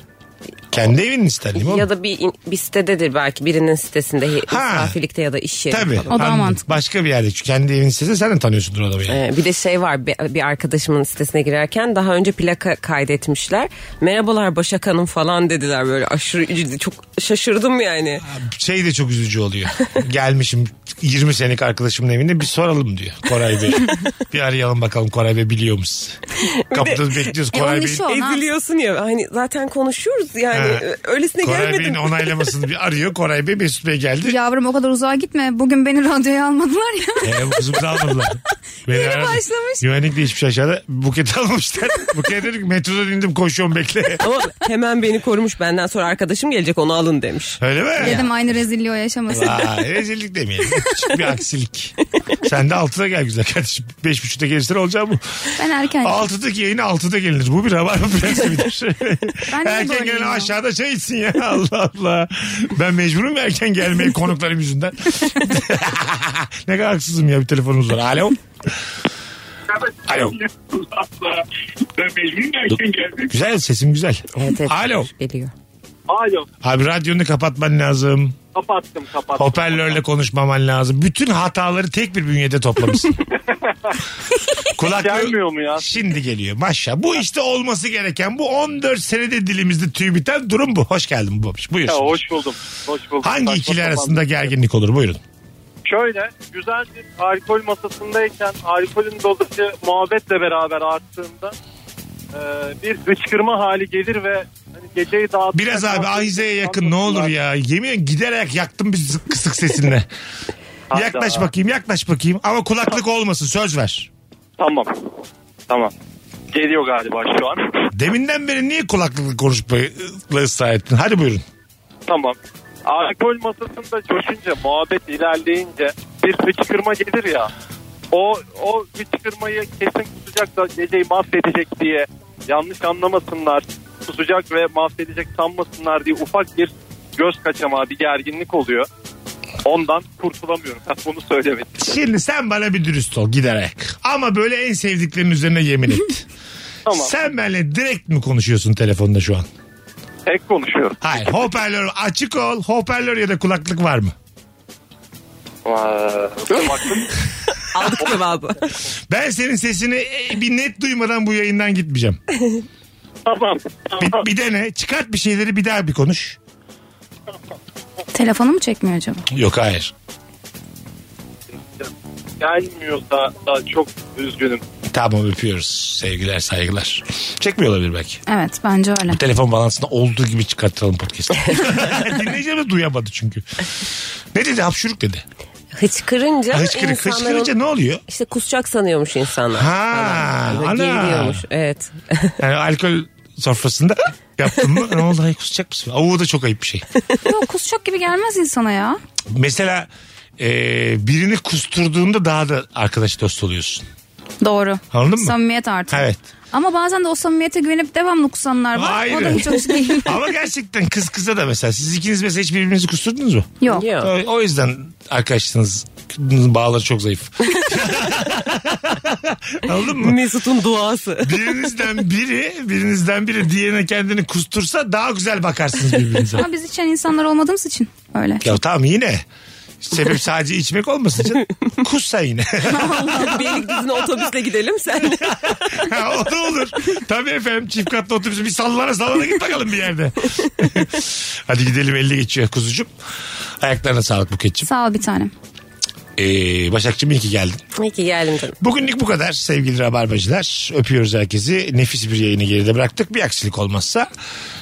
Speaker 1: Kendi evinin sitesi değil mi?
Speaker 2: Ya da bir, in- bir sitededir belki birinin sitesinde he-
Speaker 1: Ha.
Speaker 2: misafirlikte ya da iş yeri.
Speaker 1: Tabii.
Speaker 2: falan.
Speaker 3: O daha
Speaker 1: Anladım.
Speaker 3: mantıklı.
Speaker 1: Başka bir yerde. Çünkü kendi evinin sitesi sen de tanıyorsundur adamı yani.
Speaker 2: Ee, Bir de şey var bir bir arkadaşımın sitesine girerken daha önce plaka kaydetmişler. Merhabalar Başak Hanım falan dediler böyle aşırı ciddi çok şaşırdım yani.
Speaker 1: şey de çok üzücü oluyor. Gelmişim 20 senelik arkadaşımın evinde bir soralım diyor Koray
Speaker 3: (laughs)
Speaker 1: Bey. bir arayalım bakalım Koray Bey biliyor musun? Kapıda bekliyoruz
Speaker 3: E,
Speaker 1: Koray
Speaker 3: onun
Speaker 1: Bey'in.
Speaker 3: işi o. Ona-
Speaker 2: Eziliyorsun ya hani zaten konuşuyoruz yani
Speaker 1: Ha.
Speaker 2: öylesine
Speaker 1: Koray
Speaker 2: gelmedim.
Speaker 1: Bey'in onaylamasını bir arıyor. Koray Bey Mesut Bey geldi.
Speaker 3: Yavrum o kadar uzağa gitme. Bugün beni radyoya almadılar ya.
Speaker 1: Ee, bu kızımızı almadılar. Beni
Speaker 3: (laughs) Yeni
Speaker 1: aradı.
Speaker 3: başlamış.
Speaker 1: Güvenlik de hiçbir şey aşağıda. Buket (laughs) almamışlar. Buket dedik metrodan indim koşuyorum bekle. (laughs)
Speaker 2: Ama hemen beni korumuş benden sonra arkadaşım gelecek onu alın demiş.
Speaker 1: Öyle mi?
Speaker 3: Dedim aynı rezilliği o yaşamasın.
Speaker 1: Vay rezillik demeyelim. Küçük bir aksilik. Sen de altıda gel güzel kardeşim. Beş buçukta gelirsen olacak mı?
Speaker 3: Ben erken.
Speaker 1: Altıdaki yayına altıda gelinir. Bu bir rabarba prensibidir.
Speaker 3: Ben de
Speaker 1: erken
Speaker 3: böyleyim
Speaker 1: gelen
Speaker 3: ya.
Speaker 1: aşağıda çay içsin ya. (laughs) Allah Allah. Ben mecburum erken gelmeye konuklarım yüzünden. (laughs) ne kadar haksızım ya bir telefonumuz var. Alo. Alo. Güzel sesim güzel. Alo.
Speaker 2: Geliyor.
Speaker 4: Alo
Speaker 1: Abi radyonu kapatman lazım.
Speaker 4: kapattım kapattım.
Speaker 1: Hoparlörle konuşmaman lazım. Bütün hataları tek bir bünyede
Speaker 4: (laughs)
Speaker 1: toplamışsın. Kulaklığı...
Speaker 4: Gelmiyor mu ya?
Speaker 1: Şimdi geliyor maşa. Bu işte olması gereken bu 14 senede dilimizde tüy biten durum bu. Hoş geldin babiş. Buyur.
Speaker 4: Ya, hoş buldum. Hoş buldum.
Speaker 1: Hangi
Speaker 4: Saçma
Speaker 1: ikili
Speaker 4: sapan
Speaker 1: arasında
Speaker 4: bir şey.
Speaker 1: gerginlik olur? Buyurun.
Speaker 4: Şöyle güzel bir alkol masasındayken alkolün dozajı muhabbetle beraber arttığında e, bir hıçkırma hali gelir ve hani geceyi dağıtır.
Speaker 1: Biraz abi ahizeye
Speaker 4: şey
Speaker 1: yakın ne olur ya. Yemin ediyorum giderek yaktım bizi kısık
Speaker 4: (laughs)
Speaker 1: sesinle. yaklaş bakayım yaklaş bakayım ama
Speaker 4: (laughs)
Speaker 1: kulaklık olmasın söz ver.
Speaker 6: Tamam. Tamam. Geliyor galiba şu an.
Speaker 1: Deminden beri niye kulaklıkla konuşmayı ısrar ettin? Hadi buyurun.
Speaker 4: Tamam. Alkol masasında coşunca, muhabbet ilerleyince bir hıçkırma gelir ya. O o hıçkırmayı kesin kusacak da geceyi mahvedecek diye yanlış anlamasınlar. Kusacak ve mahvedecek sanmasınlar diye ufak bir göz kaçamağı, bir gerginlik oluyor.
Speaker 6: Ondan kurtulamıyorum. Ben bunu söylemedim.
Speaker 1: Şimdi sen bana bir dürüst ol giderek. Ama böyle en sevdiklerin üzerine yemin et.
Speaker 6: (laughs) Tamam.
Speaker 1: Sen benimle direkt mi konuşuyorsun telefonda şu an?
Speaker 6: Tek konuşuyorum.
Speaker 1: Hayır hoparlör açık ol. Hoparlör ya da kulaklık var mı?
Speaker 6: Aa,
Speaker 2: Aldık cevabı.
Speaker 1: Ben senin sesini e, bir net duymadan bu yayından gitmeyeceğim.
Speaker 6: tamam.
Speaker 1: Bir, bir dene çıkart bir şeyleri bir daha bir konuş.
Speaker 3: Telefonu mu çekmiyor acaba?
Speaker 1: Yok hayır.
Speaker 6: Gelmiyorsa da çok üzgünüm.
Speaker 1: Tamam öpüyoruz. Sevgiler saygılar. Çekmiyor olabilir belki.
Speaker 3: Evet bence öyle.
Speaker 1: Telefon balansında olduğu gibi çıkartalım
Speaker 6: (laughs)
Speaker 1: podcast'ı. Dinleyicilerimiz duyamadı çünkü. Ne dedi? Hapşuruk dedi.
Speaker 2: Hıçkırınca
Speaker 1: Hıçkırık.
Speaker 2: insanların...
Speaker 1: Hıçkırınca ne oluyor?
Speaker 2: İşte kusacak sanıyormuş insanlar.
Speaker 1: Ha,
Speaker 2: falan. Böyle
Speaker 1: ana.
Speaker 2: Geriliyormuş. Evet. (laughs)
Speaker 1: Yani alkol sofrasında yaptın mı?
Speaker 2: (laughs)
Speaker 1: Ne oldu? Hayır kusacak mısın? Aa, o da çok ayıp bir şey.
Speaker 3: Yok kusacak gibi gelmez insana ya.
Speaker 1: Mesela e, birini kusturduğunda daha da arkadaş dost oluyorsun.
Speaker 3: Doğru.
Speaker 1: Anladın mı?
Speaker 3: Samimiyet artık.
Speaker 1: Evet.
Speaker 3: Ama bazen de o samimiyete güvenip devamlı kusanlar var.
Speaker 1: Hayır.
Speaker 3: O da hiç
Speaker 1: (laughs)
Speaker 3: hoş değil.
Speaker 1: Ama gerçekten kız kıza da mesela siz ikiniz mesela hiç birbirinizi kusturdunuz mu?
Speaker 3: Yok.
Speaker 2: Yok.
Speaker 1: O, o yüzden arkadaşınız bağları çok
Speaker 2: (laughs)
Speaker 1: zayıf. Anladın mı?
Speaker 2: Mesut'un duası. (laughs)
Speaker 1: Birinizden biri, birinizden biri diğerine kendini kustursa daha güzel bakarsınız birbirinize.
Speaker 3: Ama biz içen insanlar olmadığımız için öyle.
Speaker 1: ya tamam yine. Sebep sadece içmek olmasın canım. Kussa yine. (laughs)
Speaker 2: Beylikdüzü'ne otobüsle gidelim sen.
Speaker 1: Ha, o da olur. Tabii efendim çift katlı otobüsü bir sallana sallana git bakalım bir yerde. (laughs) Hadi gidelim 50 geçiyor kuzucum. Ayaklarına sağlık Buket'ciğim.
Speaker 3: Sağ ol bir tanem.
Speaker 1: Ee, Başak'cığım iyi ki geldin.
Speaker 2: İyi ki geldim canım.
Speaker 1: Bugünlük bu kadar sevgili Rabarbacılar. Öpüyoruz herkesi. Nefis bir yayını geride bıraktık. Bir aksilik olmazsa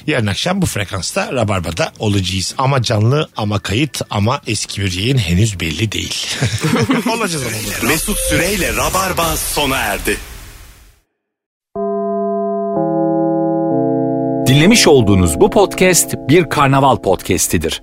Speaker 1: yarın akşam bu frekansta Rabarba'da olacağız. Ama canlı ama kayıt ama eski bir yayın henüz belli değil. Olacağız ama. bu.
Speaker 10: Mesut Süreyle Rabarba sona erdi.
Speaker 12: Dinlemiş olduğunuz bu podcast bir karnaval podcastidir.